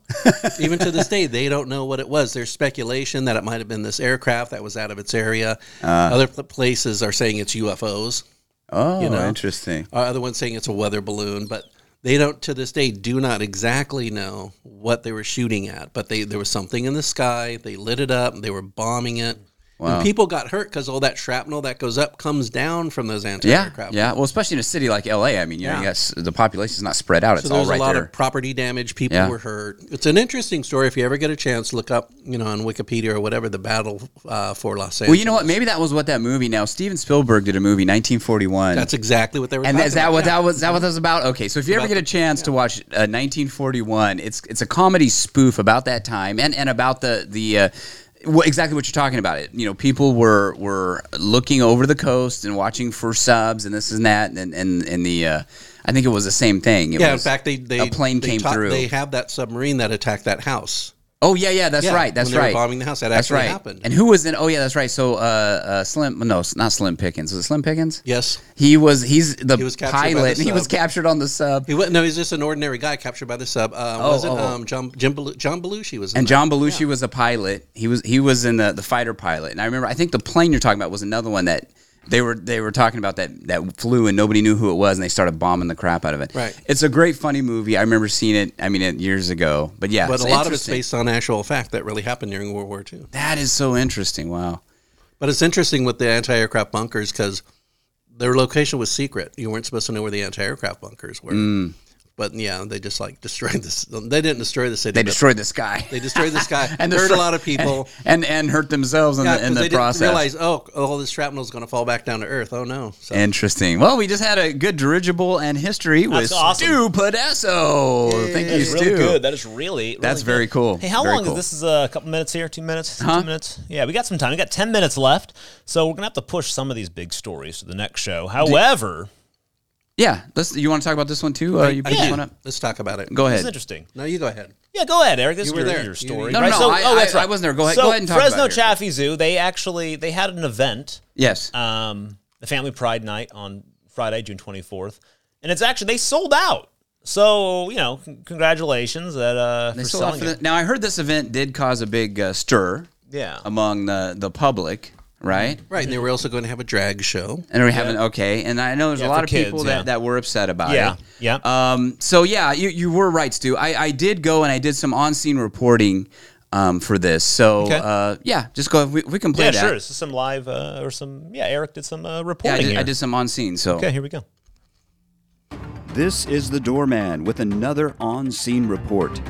[SPEAKER 3] Even to this day, they don't know what it was. There's speculation that it might have been this aircraft that was out of its area. Other pl- places are saying it's UFOs.
[SPEAKER 2] oh,
[SPEAKER 3] know.
[SPEAKER 2] interesting.
[SPEAKER 3] Uh, Other ones saying it's a weather balloon, but they don't to this day do not exactly know what they were shooting at. But they there was something in the sky. They lit it up. They were bombing it. And people got hurt because all that shrapnel that goes up comes down from those
[SPEAKER 2] Yeah,
[SPEAKER 3] anti-aircraft
[SPEAKER 2] yeah. Well, especially in a city like LA, I mean, you know,
[SPEAKER 3] Yeah.
[SPEAKER 2] you got s the population's not spread out; it's
[SPEAKER 3] So
[SPEAKER 2] all
[SPEAKER 3] there's
[SPEAKER 2] right
[SPEAKER 3] a lot
[SPEAKER 2] there.
[SPEAKER 3] of property damage. People
[SPEAKER 2] Yeah.
[SPEAKER 3] were hurt. It's an interesting story. If you ever get a chance, look up, you know, on Wikipedia or whatever, the battle uh, for Los Angeles.
[SPEAKER 2] well, you know what? Maybe that was what that movie. Now, Steven Spielberg did a movie, 1941.
[SPEAKER 3] That's exactly what they were.
[SPEAKER 2] and
[SPEAKER 3] talking
[SPEAKER 2] is that
[SPEAKER 3] about.
[SPEAKER 2] what that was? Is that what that was about? Okay, so if you ever get a chance to watch uh, 1941, it's it's a comedy spoof about that time and and about the the. Uh, wh- exactly what you're talking about. It you know people were were looking over the coast and watching for subs and this and that and and and the uh, I think it was the same thing. It
[SPEAKER 3] Yeah, in
[SPEAKER 2] was-
[SPEAKER 3] fact, they, they
[SPEAKER 2] a plane
[SPEAKER 3] they
[SPEAKER 2] came
[SPEAKER 3] taught-
[SPEAKER 2] through.
[SPEAKER 3] They have that submarine that attacked that house.
[SPEAKER 2] oh yeah, yeah, that's
[SPEAKER 3] Yeah,
[SPEAKER 2] right, that's
[SPEAKER 3] when they
[SPEAKER 2] right.
[SPEAKER 3] Were bombing the house that
[SPEAKER 2] that's
[SPEAKER 3] actually
[SPEAKER 2] right.
[SPEAKER 3] happened.
[SPEAKER 2] And who was in? Oh yeah, that's right. So uh, uh, Slim, no, s- not Slim Pickens. Was it Slim Pickens?
[SPEAKER 3] yes,
[SPEAKER 2] He was. He's the
[SPEAKER 3] was captured by the
[SPEAKER 2] pilot. and he was
[SPEAKER 3] sub.
[SPEAKER 2] captured on the sub.
[SPEAKER 3] he was no, he's just an ordinary guy captured by the sub. Uh,
[SPEAKER 2] Oh,
[SPEAKER 3] was it
[SPEAKER 2] oh, oh.
[SPEAKER 3] um, John Jim Belu- John Belushi was in
[SPEAKER 2] And
[SPEAKER 3] that.
[SPEAKER 2] John Belushi was a pilot. He was he was in the the fighter pilot. And I remember I think the plane you're talking about was another one that they were they were talking about that that flew and nobody knew who it was and they started bombing the crap out of it.
[SPEAKER 3] Right.
[SPEAKER 2] It's a great funny movie. I remember seeing it. I mean, it, years ago. But yeah,
[SPEAKER 3] But a lot of it's
[SPEAKER 2] interesting.
[SPEAKER 3] based on actual fact that really happened during World War II.
[SPEAKER 2] That is so interesting. Wow.
[SPEAKER 3] But it's interesting with the anti-aircraft
[SPEAKER 2] Mm.
[SPEAKER 3] bunkers because their location was secret. You weren't supposed to know where the anti-aircraft bunkers were. But yeah, they just like destroyed this. They didn't destroy the city.
[SPEAKER 2] They
[SPEAKER 3] but
[SPEAKER 2] destroyed the sky.
[SPEAKER 3] They destroyed the sky. and hurt
[SPEAKER 2] destroy-
[SPEAKER 3] a lot of people.
[SPEAKER 2] and and, and hurt themselves in
[SPEAKER 3] Yeah,
[SPEAKER 2] the
[SPEAKER 3] 'cause
[SPEAKER 2] in
[SPEAKER 3] they
[SPEAKER 2] the process.
[SPEAKER 3] didn't realize, oh, all this shrapnel is going to fall back down to Earth. Oh no! So,
[SPEAKER 2] Interesting. Well, we just had a good dirigible and history with
[SPEAKER 1] That's awesome.
[SPEAKER 2] Stu Podesso. Thank you,
[SPEAKER 1] That's
[SPEAKER 2] Stu.
[SPEAKER 1] really good. That is really, really
[SPEAKER 2] That's very
[SPEAKER 1] good.
[SPEAKER 2] cool.
[SPEAKER 1] Hey, how
[SPEAKER 2] Very
[SPEAKER 1] long
[SPEAKER 2] cool.
[SPEAKER 1] is this? Is uh, a couple minutes here? Two minutes?
[SPEAKER 2] Huh?
[SPEAKER 1] Two minutes? Yeah, we got some time. We got ten minutes left, so we're gonna have to push some of these big stories to the next show. However,
[SPEAKER 2] Yeah, let's. You want to talk about this one too? Uh, you
[SPEAKER 3] I
[SPEAKER 2] picked
[SPEAKER 3] do.
[SPEAKER 2] one up.
[SPEAKER 3] Let's talk about it.
[SPEAKER 2] Go
[SPEAKER 1] it's
[SPEAKER 2] ahead.
[SPEAKER 1] interesting.
[SPEAKER 3] No, you go ahead.
[SPEAKER 1] Yeah, go ahead, Eric. This
[SPEAKER 3] You
[SPEAKER 1] is
[SPEAKER 3] were
[SPEAKER 1] your,
[SPEAKER 3] there.
[SPEAKER 1] your
[SPEAKER 3] You-
[SPEAKER 1] story.
[SPEAKER 2] No, no,
[SPEAKER 1] right?
[SPEAKER 2] no,
[SPEAKER 1] so,
[SPEAKER 2] I-
[SPEAKER 1] oh, that's
[SPEAKER 2] I-
[SPEAKER 1] right.
[SPEAKER 2] I wasn't there. Go ahead-
[SPEAKER 1] So
[SPEAKER 2] go ahead and talk
[SPEAKER 1] Fresno
[SPEAKER 2] about it.
[SPEAKER 1] Chaffee Zoo. They actually they had an event,
[SPEAKER 2] Yes.
[SPEAKER 1] um, the Family Pride Night on Friday, June twenty fourth, and it's actually they sold out. So you know, c- congratulations that uh,
[SPEAKER 2] They
[SPEAKER 1] for
[SPEAKER 2] sold out
[SPEAKER 1] selling
[SPEAKER 2] for the-
[SPEAKER 1] it.
[SPEAKER 2] now, I heard this event did cause a big uh, stir
[SPEAKER 1] Yeah.
[SPEAKER 2] among the, the public, right?
[SPEAKER 3] Right, and they were also going to have a drag show.
[SPEAKER 2] And we haven't okay. And I know there's
[SPEAKER 1] Yeah,
[SPEAKER 2] a lot
[SPEAKER 1] for
[SPEAKER 2] of people
[SPEAKER 1] kids,
[SPEAKER 2] that,
[SPEAKER 1] yeah.
[SPEAKER 2] that were upset about
[SPEAKER 1] Yeah,
[SPEAKER 2] it.
[SPEAKER 1] yeah.
[SPEAKER 2] Um, so yeah, you, you were right, Stu. I, I did go and I did some on scene reporting um, for this. So
[SPEAKER 1] Okay.
[SPEAKER 2] uh, yeah, just go. We, we can play
[SPEAKER 1] Yeah,
[SPEAKER 2] that.
[SPEAKER 1] sure. This is some live uh, or some yeah. Eric did some uh,
[SPEAKER 2] Yeah, I
[SPEAKER 1] reporting
[SPEAKER 2] did,
[SPEAKER 1] here.
[SPEAKER 2] I did some on scene. So
[SPEAKER 1] Okay, here we go.
[SPEAKER 5] This is the doorman with another on scene report.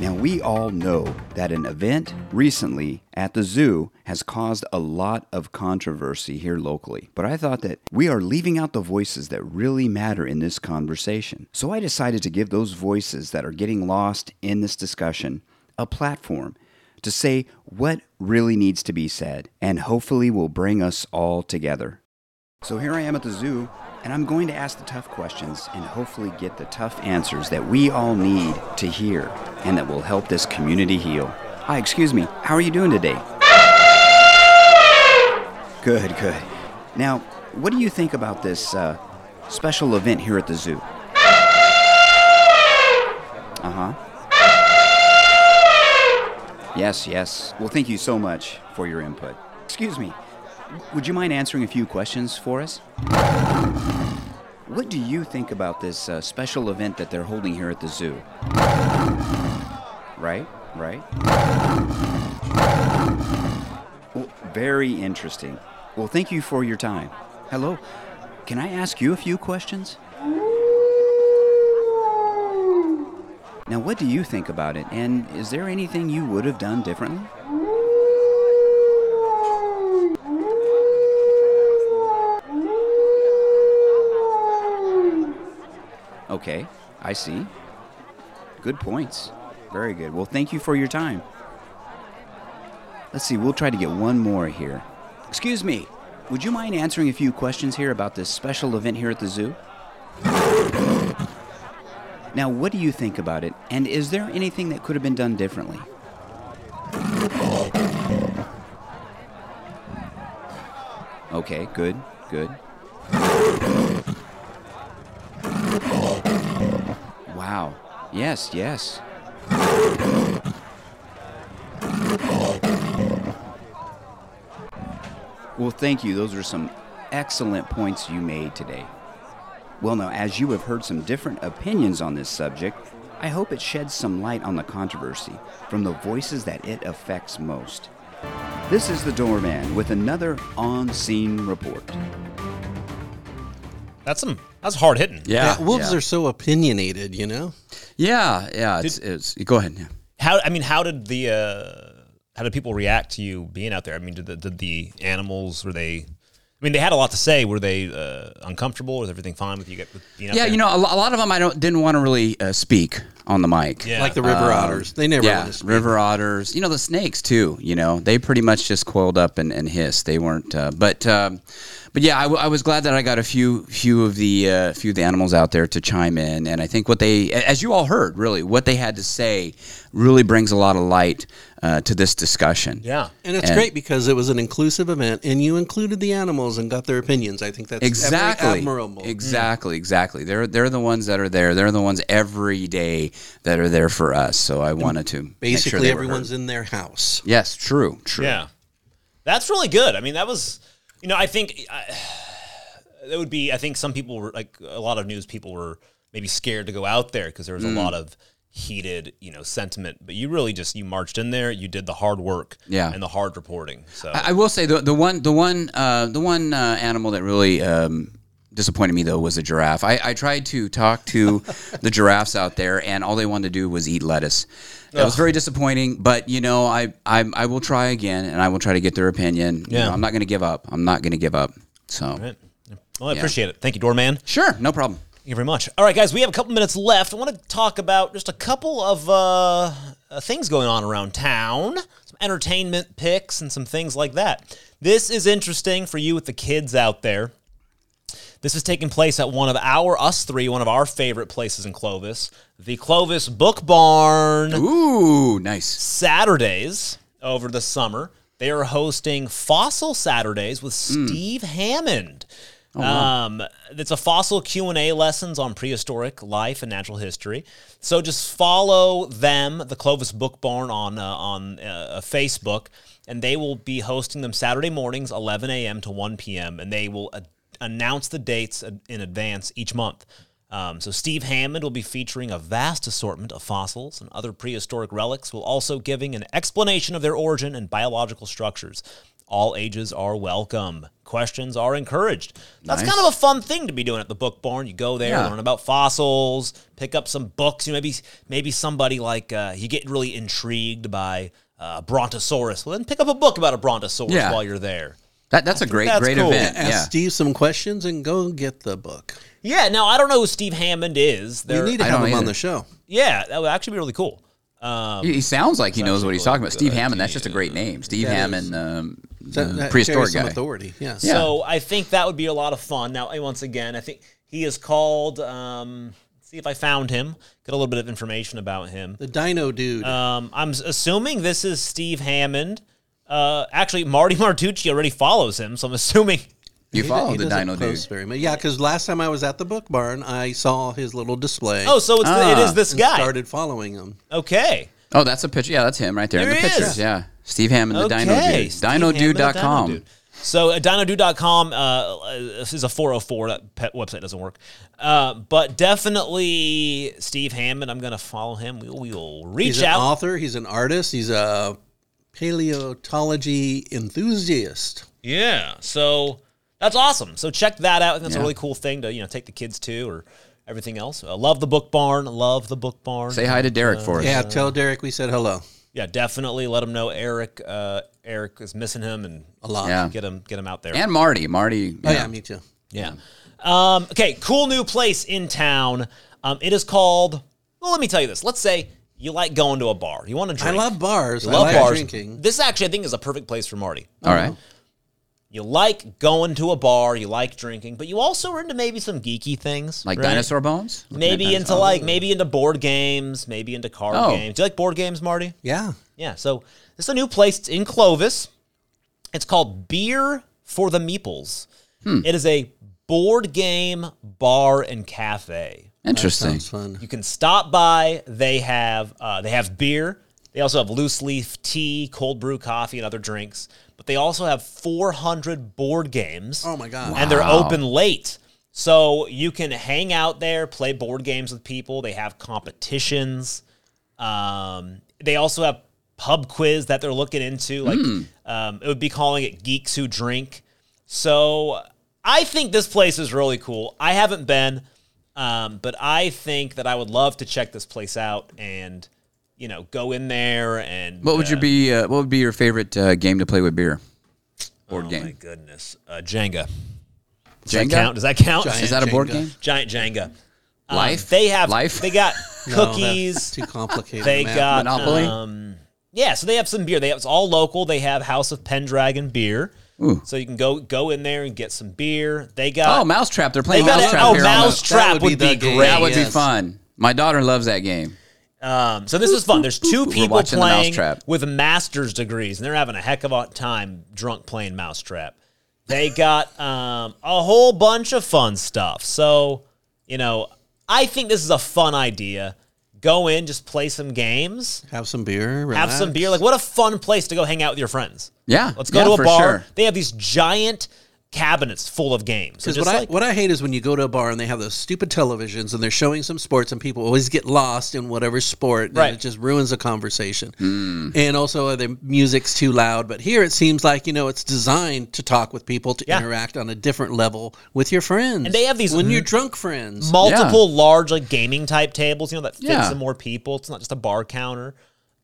[SPEAKER 5] Now, we all know that an event recently at the zoo has caused a lot of controversy here locally, but I thought that we are leaving out the voices that really matter in this conversation. So I decided to give those voices that are getting lost in this discussion a platform to say what really needs to be said and hopefully will bring us all together. So here I am at the zoo, and I'm going to ask the tough questions and hopefully get the tough answers that we all need to hear and that will help this community heal. Hi, excuse me, how are you doing today? Good, good. Now, what do you think about this uh, special event here at the zoo? Uh huh. Yes, yes. Well, thank you so much for your input. Excuse me, would you mind answering a few questions for us? What do you think about this uh, special event that they're holding here at the zoo? Right, right. Well, very interesting. Well, thank you for your time. Hello, can I ask you a few questions? Now, what do you think about it, and is there anything you would have done differently? Okay, I see. Good points. Very good. Well, thank you for your time. Let's see, we'll try to get one more here. Excuse me, would you mind answering a few questions here about this special event here at the zoo? Now, what do you think about it, and is there anything that could have been done differently? Okay, good, good. Wow. Yes, yes. Well, thank you. Those are some excellent points you made today. Well, now, as you have heard some different opinions on this subject, I hope it sheds some light on the controversy from the voices that it affects most. This is the Doorman with another on scene report.
[SPEAKER 1] That's some. That's hard hitting.
[SPEAKER 2] yeah,
[SPEAKER 3] Yeah, wolves are so opinionated, you know.
[SPEAKER 2] yeah, yeah. It's, it's go ahead. Yeah.
[SPEAKER 1] How I mean, how did the uh, how did people react to you being out there? I mean, did the, did the animals were they? I mean, they had a lot to say. Were they uh, uncomfortable? Was everything fine with you get- with being out
[SPEAKER 2] Yeah,
[SPEAKER 1] there?
[SPEAKER 2] you know, a, lo- a lot of them I don't didn't want to really uh, speak on the mic.
[SPEAKER 1] Yeah.
[SPEAKER 3] Like the river otters, they never.
[SPEAKER 2] Uh, Yeah,
[SPEAKER 3] wanna speak.
[SPEAKER 2] river otters. You know the snakes too. You know they pretty much just coiled up and, and hissed. They weren't, uh, but um, but yeah, I, w- I was glad that I got a few few of the uh, few of the animals out there to chime in, and I think what they, a- as you all heard, really what they had to say, really brings a lot of light uh, to this discussion.
[SPEAKER 1] yeah.
[SPEAKER 3] And it's
[SPEAKER 2] And-
[SPEAKER 3] great because it was an inclusive event, and you included the animals and got their opinions. I think that's
[SPEAKER 2] Exactly.
[SPEAKER 3] every- admirable. Mm.
[SPEAKER 2] Exactly. Exactly. They're they're the ones that are there. They're the ones every day that are there for us. So I wanted to make sure
[SPEAKER 3] Basically,
[SPEAKER 2] they were
[SPEAKER 3] everyone's
[SPEAKER 2] heard.
[SPEAKER 3] in their house.
[SPEAKER 2] yes. True. True.
[SPEAKER 1] Yeah, that's really good. I mean, that was, you know, I think I, that would be. I think some people were like a lot of news people were maybe scared to go out there because there was a lot of heated, you know, sentiment. But you really just you marched in there. You did the hard work,
[SPEAKER 2] Yeah.
[SPEAKER 1] and the hard reporting. So
[SPEAKER 2] I, I will say the the one the one uh, the one uh, animal that really um, disappointed me though was a giraffe. I, I tried to talk to the giraffes out there, and all they wanted to do was eat lettuce. That was very disappointing. But you know, I, I I will try again, and I will try to get their opinion. You
[SPEAKER 1] Yeah.
[SPEAKER 2] know, I'm not going to give up. I'm not going to give up. So
[SPEAKER 1] Right. Well, I appreciate it. Thank you, doorman.
[SPEAKER 2] sure, no problem.
[SPEAKER 1] Thank you very much. All right, guys, we have a couple minutes left. I want to talk about just a couple of uh, uh, things going on around town, some entertainment picks, and some things like that. This is interesting for you with the kids out there. This is taking place at one of our, us three, one of our favorite places in Clovis, the Clovis Book Barn.
[SPEAKER 2] Ooh, nice.
[SPEAKER 1] Saturdays over the summer. They are hosting Fossil Saturdays with Steve Hammond. Um, it's a fossil Q and A lessons on prehistoric life and natural history. So just follow them, the Clovis Book Barn on uh, on uh, Facebook, and they will be hosting them Saturday mornings, 11 a.m. to 1 p.m. And they will uh, announce the dates uh, in advance each month. Um, so Steve Hammond will be featuring a vast assortment of fossils and other prehistoric relics, while also giving an explanation of their origin and biological structures. All ages are welcome. Questions are encouraged. That's kind of a fun thing to be doing at the book barn. You go there,
[SPEAKER 2] Yeah.
[SPEAKER 1] learn about fossils, pick up some books. You know, maybe maybe somebody like uh, you get really intrigued by uh, Brontosaurus. Well, then pick up a book about a Brontosaurus
[SPEAKER 2] Yeah.
[SPEAKER 1] while you're there.
[SPEAKER 2] That that's a great
[SPEAKER 1] that's
[SPEAKER 2] great
[SPEAKER 1] cool.
[SPEAKER 2] event.
[SPEAKER 3] Ask
[SPEAKER 2] Yeah.
[SPEAKER 3] Steve some questions and go get the book.
[SPEAKER 1] Yeah. Now I don't know who Steve Hammond is.
[SPEAKER 3] We
[SPEAKER 1] There-
[SPEAKER 3] need to
[SPEAKER 2] I
[SPEAKER 3] have him
[SPEAKER 2] don't
[SPEAKER 3] on
[SPEAKER 2] either. Uh,
[SPEAKER 3] the show.
[SPEAKER 1] yeah, that would actually be really cool.
[SPEAKER 2] He he sounds like he knows what he's talking about. Steve Hammond, that's just a great name. Steve Hammond, um,
[SPEAKER 3] That-
[SPEAKER 2] the
[SPEAKER 3] that carries
[SPEAKER 2] prehistoric
[SPEAKER 3] some
[SPEAKER 2] guy.
[SPEAKER 3] authority. Yeah.
[SPEAKER 2] Yeah.
[SPEAKER 1] So I think that would be a lot of fun. Now, eh, once again, I think he is called. Um, let's see if I found him. Get a little bit of information about him.
[SPEAKER 3] The Dino dude.
[SPEAKER 1] Um, I'm s- assuming this is Steve Hammond. Uh, actually, Marty Martucci already follows him, so I'm assuming.
[SPEAKER 2] You follow
[SPEAKER 3] He
[SPEAKER 2] the
[SPEAKER 3] doesn't
[SPEAKER 2] Dino
[SPEAKER 3] post
[SPEAKER 2] dude.
[SPEAKER 3] very much. Yeah, because last time I was at the book barn, I saw his little display.
[SPEAKER 1] Oh, so it's the, it is this
[SPEAKER 3] and
[SPEAKER 1] guy.
[SPEAKER 3] started following him.
[SPEAKER 1] Okay.
[SPEAKER 2] Oh, that's a picture. Yeah, that's him right there, in
[SPEAKER 1] There
[SPEAKER 2] the
[SPEAKER 1] he is.
[SPEAKER 2] pictures. Yeah. Steve Hammond, the Dino
[SPEAKER 1] Okay,
[SPEAKER 2] dude.
[SPEAKER 1] Steve Hammond, the Dino
[SPEAKER 2] DinoDude.com.
[SPEAKER 1] Dude. So uh, DinoDude.com uh, is a 404. That pet website doesn't work. Uh, but definitely Steve Hammond. I'm going to follow him. We we will
[SPEAKER 3] He's
[SPEAKER 1] reach
[SPEAKER 3] an
[SPEAKER 1] out.
[SPEAKER 3] author. He's an artist. He's a paleontology enthusiast.
[SPEAKER 2] Uh,
[SPEAKER 1] Yeah. So that's awesome. So check that out. I think that's a
[SPEAKER 2] Yeah.
[SPEAKER 1] really cool thing to you know take the kids to or everything else. Uh, love the book barn. Love the book barn.
[SPEAKER 2] Say hi to Derek for us.
[SPEAKER 3] Yeah, tell Derek we said hello.
[SPEAKER 1] Yeah, definitely let him know Eric. Uh, Eric is missing him and
[SPEAKER 3] A lot.
[SPEAKER 2] Yeah.
[SPEAKER 1] get him get him out there.
[SPEAKER 2] And Marty. Marty.
[SPEAKER 3] Oh yeah, me too.
[SPEAKER 1] Yeah. Um, okay, cool new place in town. Um, it is called. Well, let me tell you this. Let's say you like going to a bar. You want to
[SPEAKER 3] I
[SPEAKER 1] drink.
[SPEAKER 3] love bars.
[SPEAKER 1] You love
[SPEAKER 3] I like
[SPEAKER 1] bars.
[SPEAKER 3] drinking.
[SPEAKER 1] This actually, I think, is a perfect place for Marty.
[SPEAKER 2] All right.
[SPEAKER 1] You like going to a bar. You like drinking, but you also are into maybe some geeky things,
[SPEAKER 2] Like
[SPEAKER 1] right?
[SPEAKER 2] dinosaur bones? Looking at
[SPEAKER 1] Maybe
[SPEAKER 2] dinosaur-
[SPEAKER 1] into like maybe into board games, maybe into card
[SPEAKER 2] Oh.
[SPEAKER 1] games. Do you like board games, Marty?
[SPEAKER 3] Yeah.
[SPEAKER 1] Yeah. So this is a new place. It's in Clovis. It's called Beer for the Meeples. It is a board game bar and cafe.
[SPEAKER 2] Interesting.
[SPEAKER 3] Sounds fun.
[SPEAKER 1] You can stop by. They have uh, they have beer. They also have loose leaf tea, cold brew coffee, and other drinks. But they also have 400 board games.
[SPEAKER 3] Oh my god.
[SPEAKER 1] And they're open late. So you can hang out there, play board games with people. They have competitions. Um, they also have pub quiz that they're looking into. Like
[SPEAKER 2] Hmm.
[SPEAKER 1] um, it would be calling it Geeks Who Drink. So I think this place is really cool. I haven't been, um, but I think that I would love to check this place out and you know go in there and
[SPEAKER 2] What would
[SPEAKER 1] uh,
[SPEAKER 2] you be? Uh, what would be your favorite uh, game to play with beer? Board
[SPEAKER 1] Oh my
[SPEAKER 2] game.
[SPEAKER 1] goodness, uh, Jenga. Does that
[SPEAKER 2] Jenga?
[SPEAKER 1] count? Does that count?
[SPEAKER 2] Is that a board
[SPEAKER 3] Jenga.
[SPEAKER 2] game?
[SPEAKER 1] Giant Jenga. Um,
[SPEAKER 2] Life?
[SPEAKER 1] they have
[SPEAKER 2] Life?
[SPEAKER 1] They got
[SPEAKER 3] No, that's
[SPEAKER 1] cookies.
[SPEAKER 3] too complicated.
[SPEAKER 1] they
[SPEAKER 3] man.
[SPEAKER 1] got
[SPEAKER 2] Monopoly?
[SPEAKER 1] Um, yeah, so they have some beer. They have it's all local. They have House of Pendragon beer. So you can go go in there and get some beer. They got
[SPEAKER 2] Oh, Mousetrap. They're
[SPEAKER 1] they
[SPEAKER 2] playing
[SPEAKER 1] got
[SPEAKER 2] Mousetrap
[SPEAKER 1] oh
[SPEAKER 2] here. on the-
[SPEAKER 1] Mousetrap
[SPEAKER 3] That
[SPEAKER 1] would
[SPEAKER 3] would be
[SPEAKER 1] be,
[SPEAKER 3] the game.
[SPEAKER 1] great.
[SPEAKER 2] That would be
[SPEAKER 3] Yes.
[SPEAKER 2] fun. My daughter loves that game.
[SPEAKER 1] Um, so this is fun. There's two
[SPEAKER 2] We're
[SPEAKER 1] people
[SPEAKER 2] watching the
[SPEAKER 1] playing
[SPEAKER 2] Mousetrap.
[SPEAKER 1] with master's degrees, and they're having a heck of a time drunk playing mousetrap. They got um, a whole bunch of fun stuff. So, you know, I think this is a fun idea. Go in, just play some games,
[SPEAKER 3] have some beer.
[SPEAKER 1] have
[SPEAKER 3] relax.
[SPEAKER 1] some beer. Like, what a fun place to go hang out with your friends.
[SPEAKER 2] Yeah.
[SPEAKER 1] Let's go
[SPEAKER 2] yeah,
[SPEAKER 1] to a
[SPEAKER 2] for
[SPEAKER 1] bar.
[SPEAKER 2] Sure.
[SPEAKER 1] They have these giant cabinets full of games. And
[SPEAKER 3] Because
[SPEAKER 1] just
[SPEAKER 3] what I
[SPEAKER 1] like-
[SPEAKER 3] what I hate is when you go to a bar and they have those stupid televisions and they're showing some sports and people always get lost in whatever sport and
[SPEAKER 1] Right. Hmm.
[SPEAKER 3] it just ruins the conversation. And also uh, the music's too loud. But here it seems like you know it's designed to talk with people to
[SPEAKER 1] Yeah.
[SPEAKER 3] interact on a different level with your friends.
[SPEAKER 1] And they have these
[SPEAKER 3] when
[SPEAKER 1] m-
[SPEAKER 3] you're drunk friends.
[SPEAKER 1] multiple large like gaming type tables you know that fits
[SPEAKER 2] Yeah.
[SPEAKER 1] in more people it's not just a bar counter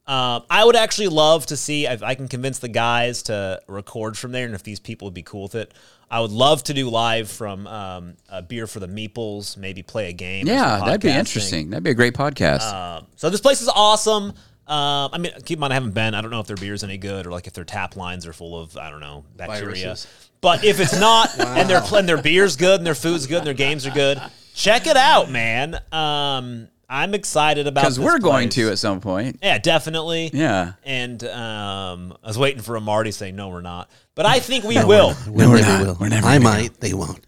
[SPEAKER 1] um, i would actually love to see if i can convince the guys to record from there and if these people would be cool with it i would love to do live from um, a beer for the meeples maybe play a game or
[SPEAKER 2] Yeah,
[SPEAKER 1] some
[SPEAKER 2] that'd be
[SPEAKER 1] podcasting.
[SPEAKER 2] interesting. That'd be a great podcast.
[SPEAKER 1] Um, so this place is awesome um, I mean, keep in mind I haven't been. I don't know if their beer's any good or like if their tap lines are full of I don't know bacteria.
[SPEAKER 3] Viruses.
[SPEAKER 1] But if it's not, and their and their beer's good, and their food's good, and their games are good, check it out, man. Um, I'm excited about
[SPEAKER 2] Because
[SPEAKER 1] this
[SPEAKER 2] we're going
[SPEAKER 1] place.
[SPEAKER 2] to at some point.
[SPEAKER 1] Yeah, definitely.
[SPEAKER 2] Yeah.
[SPEAKER 1] And um, I was waiting for a Marty saying no, we're not. But I think we will.
[SPEAKER 3] No,
[SPEAKER 2] we're not. We're never
[SPEAKER 3] I
[SPEAKER 2] gonna
[SPEAKER 3] might. They won't.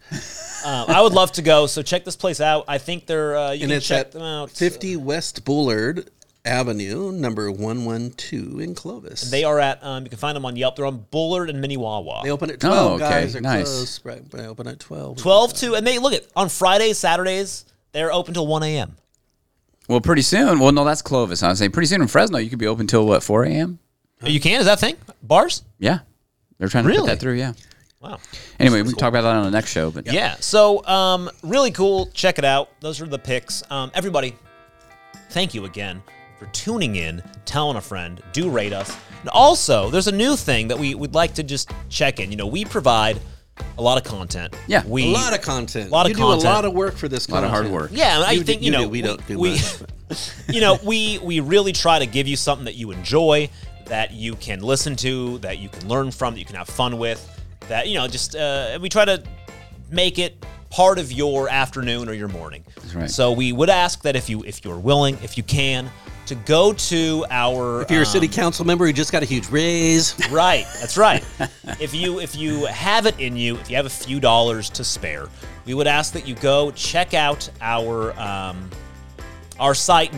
[SPEAKER 1] Um, I would love to go. So check this place out. I think they're uh, you can
[SPEAKER 3] And it's
[SPEAKER 1] check
[SPEAKER 3] at
[SPEAKER 1] them out.
[SPEAKER 3] 50 West Bullard Avenue, number 112 in Clovis.
[SPEAKER 1] They are at. Um, you can find them on Yelp. They're on Bullard and Minnewawa.
[SPEAKER 3] They open at
[SPEAKER 2] Oh,
[SPEAKER 3] 12,
[SPEAKER 2] okay,
[SPEAKER 3] guys. They're
[SPEAKER 2] nice.
[SPEAKER 3] closed. Right, they open at 12.
[SPEAKER 1] 12 to, and they look at on Fridays, Saturdays, they're open till 1 a.m.
[SPEAKER 2] Well, pretty soon. Well, no, that's Clovis. I was saying pretty soon in Fresno, you could be open till what four a.m.
[SPEAKER 1] Oh, You can? Is that a thing? Bars?
[SPEAKER 2] Yeah, they're trying to
[SPEAKER 1] Really?
[SPEAKER 2] put that through. Yeah.
[SPEAKER 1] Wow.
[SPEAKER 2] Anyway, we can talk about that on the next show. But
[SPEAKER 1] Yeah. So, um, really cool. Check it out. Those are the picks. Um, everybody, thank you again for tuning in, telling a friend, do rate us. And also, there's a new thing that we would like to just check in. You know, we provide a lot of content.
[SPEAKER 2] Yeah.
[SPEAKER 1] We,
[SPEAKER 3] A lot of content.
[SPEAKER 1] Lot of
[SPEAKER 3] you
[SPEAKER 1] content.
[SPEAKER 3] do a lot of work for this
[SPEAKER 2] a lot of
[SPEAKER 3] content.
[SPEAKER 2] hard work.
[SPEAKER 1] Yeah, and I
[SPEAKER 3] You do-
[SPEAKER 1] think you,
[SPEAKER 3] you
[SPEAKER 1] know
[SPEAKER 3] do. We don't do much,
[SPEAKER 1] you know, we we really try to give you something that you enjoy, that you can listen to, that you can learn from, that you can have fun with, that you know, just uh, we try to make it part of your afternoon or your morning. That's
[SPEAKER 2] right.
[SPEAKER 1] So we would ask that if you if you're willing, if you can, to go to our
[SPEAKER 3] If you're a
[SPEAKER 1] um,
[SPEAKER 3] city council member who just got a huge raise,
[SPEAKER 1] Right, that's right. if you if you have it in you, if you have a few dollars to spare, we would ask that you go check out our um, our site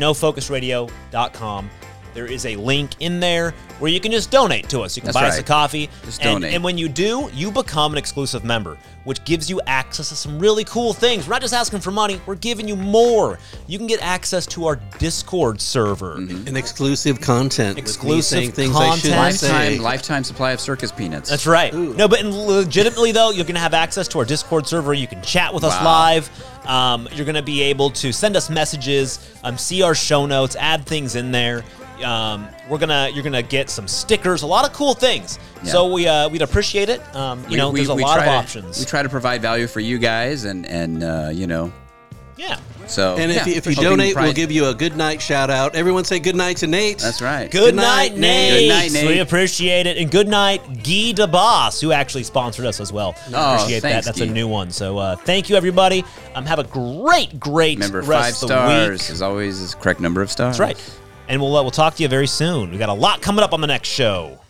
[SPEAKER 1] nofocusradio.com. There is a link in there where you can just donate to us. You can
[SPEAKER 2] That's
[SPEAKER 1] buy us
[SPEAKER 2] right.
[SPEAKER 1] a coffee.
[SPEAKER 2] Just
[SPEAKER 1] and,
[SPEAKER 2] donate.
[SPEAKER 1] And when you do, you become an exclusive member, which gives you access to some really cool things. We're not just asking for money, we're giving you more. You can get access to our Discord server.
[SPEAKER 2] Mm-hmm.
[SPEAKER 3] an exclusive content. with me
[SPEAKER 1] Exclusive
[SPEAKER 3] saying things I
[SPEAKER 1] content.
[SPEAKER 3] shouldn't say.
[SPEAKER 2] Lifetime, lifetime supply of circus peanuts.
[SPEAKER 1] That's right. No, but in, legitimately though, you're gonna have access to our Discord server. You can chat with us
[SPEAKER 2] Wow.
[SPEAKER 1] live. Um, you're gonna be able to send us messages, um, see our show notes, add things in there. Um, we're gonna you're gonna get some stickers, a lot of cool things.
[SPEAKER 2] Yeah.
[SPEAKER 1] So we uh, we'd appreciate it. Um, you know, there's a lot
[SPEAKER 2] try
[SPEAKER 1] of
[SPEAKER 2] to-
[SPEAKER 1] options.
[SPEAKER 2] We try to provide value for you guys, and and uh, you know,
[SPEAKER 1] yeah.
[SPEAKER 2] so
[SPEAKER 3] And if
[SPEAKER 2] yeah,
[SPEAKER 3] you, if you
[SPEAKER 2] hoping
[SPEAKER 3] donate,
[SPEAKER 2] pri-
[SPEAKER 3] we'll give you a good night shout out. Everyone say good night to Nate.
[SPEAKER 2] That's right.
[SPEAKER 1] Good, night, Nate.
[SPEAKER 3] night, Nate.
[SPEAKER 2] Good night, Nate.
[SPEAKER 1] We appreciate it, and good night, Guy DeBoss, who actually sponsored us as well.
[SPEAKER 2] Oh,
[SPEAKER 1] appreciate
[SPEAKER 2] thanks,
[SPEAKER 1] that. That's a
[SPEAKER 2] Guy.
[SPEAKER 1] new one. So uh, thank you, everybody. Um, have a great, great
[SPEAKER 2] Remember,
[SPEAKER 1] rest
[SPEAKER 2] five
[SPEAKER 1] of the week.
[SPEAKER 2] stars is always the correct number of stars.
[SPEAKER 1] That's right. And we'll uh, we'll talk to you very soon. We got a lot coming up on the next show.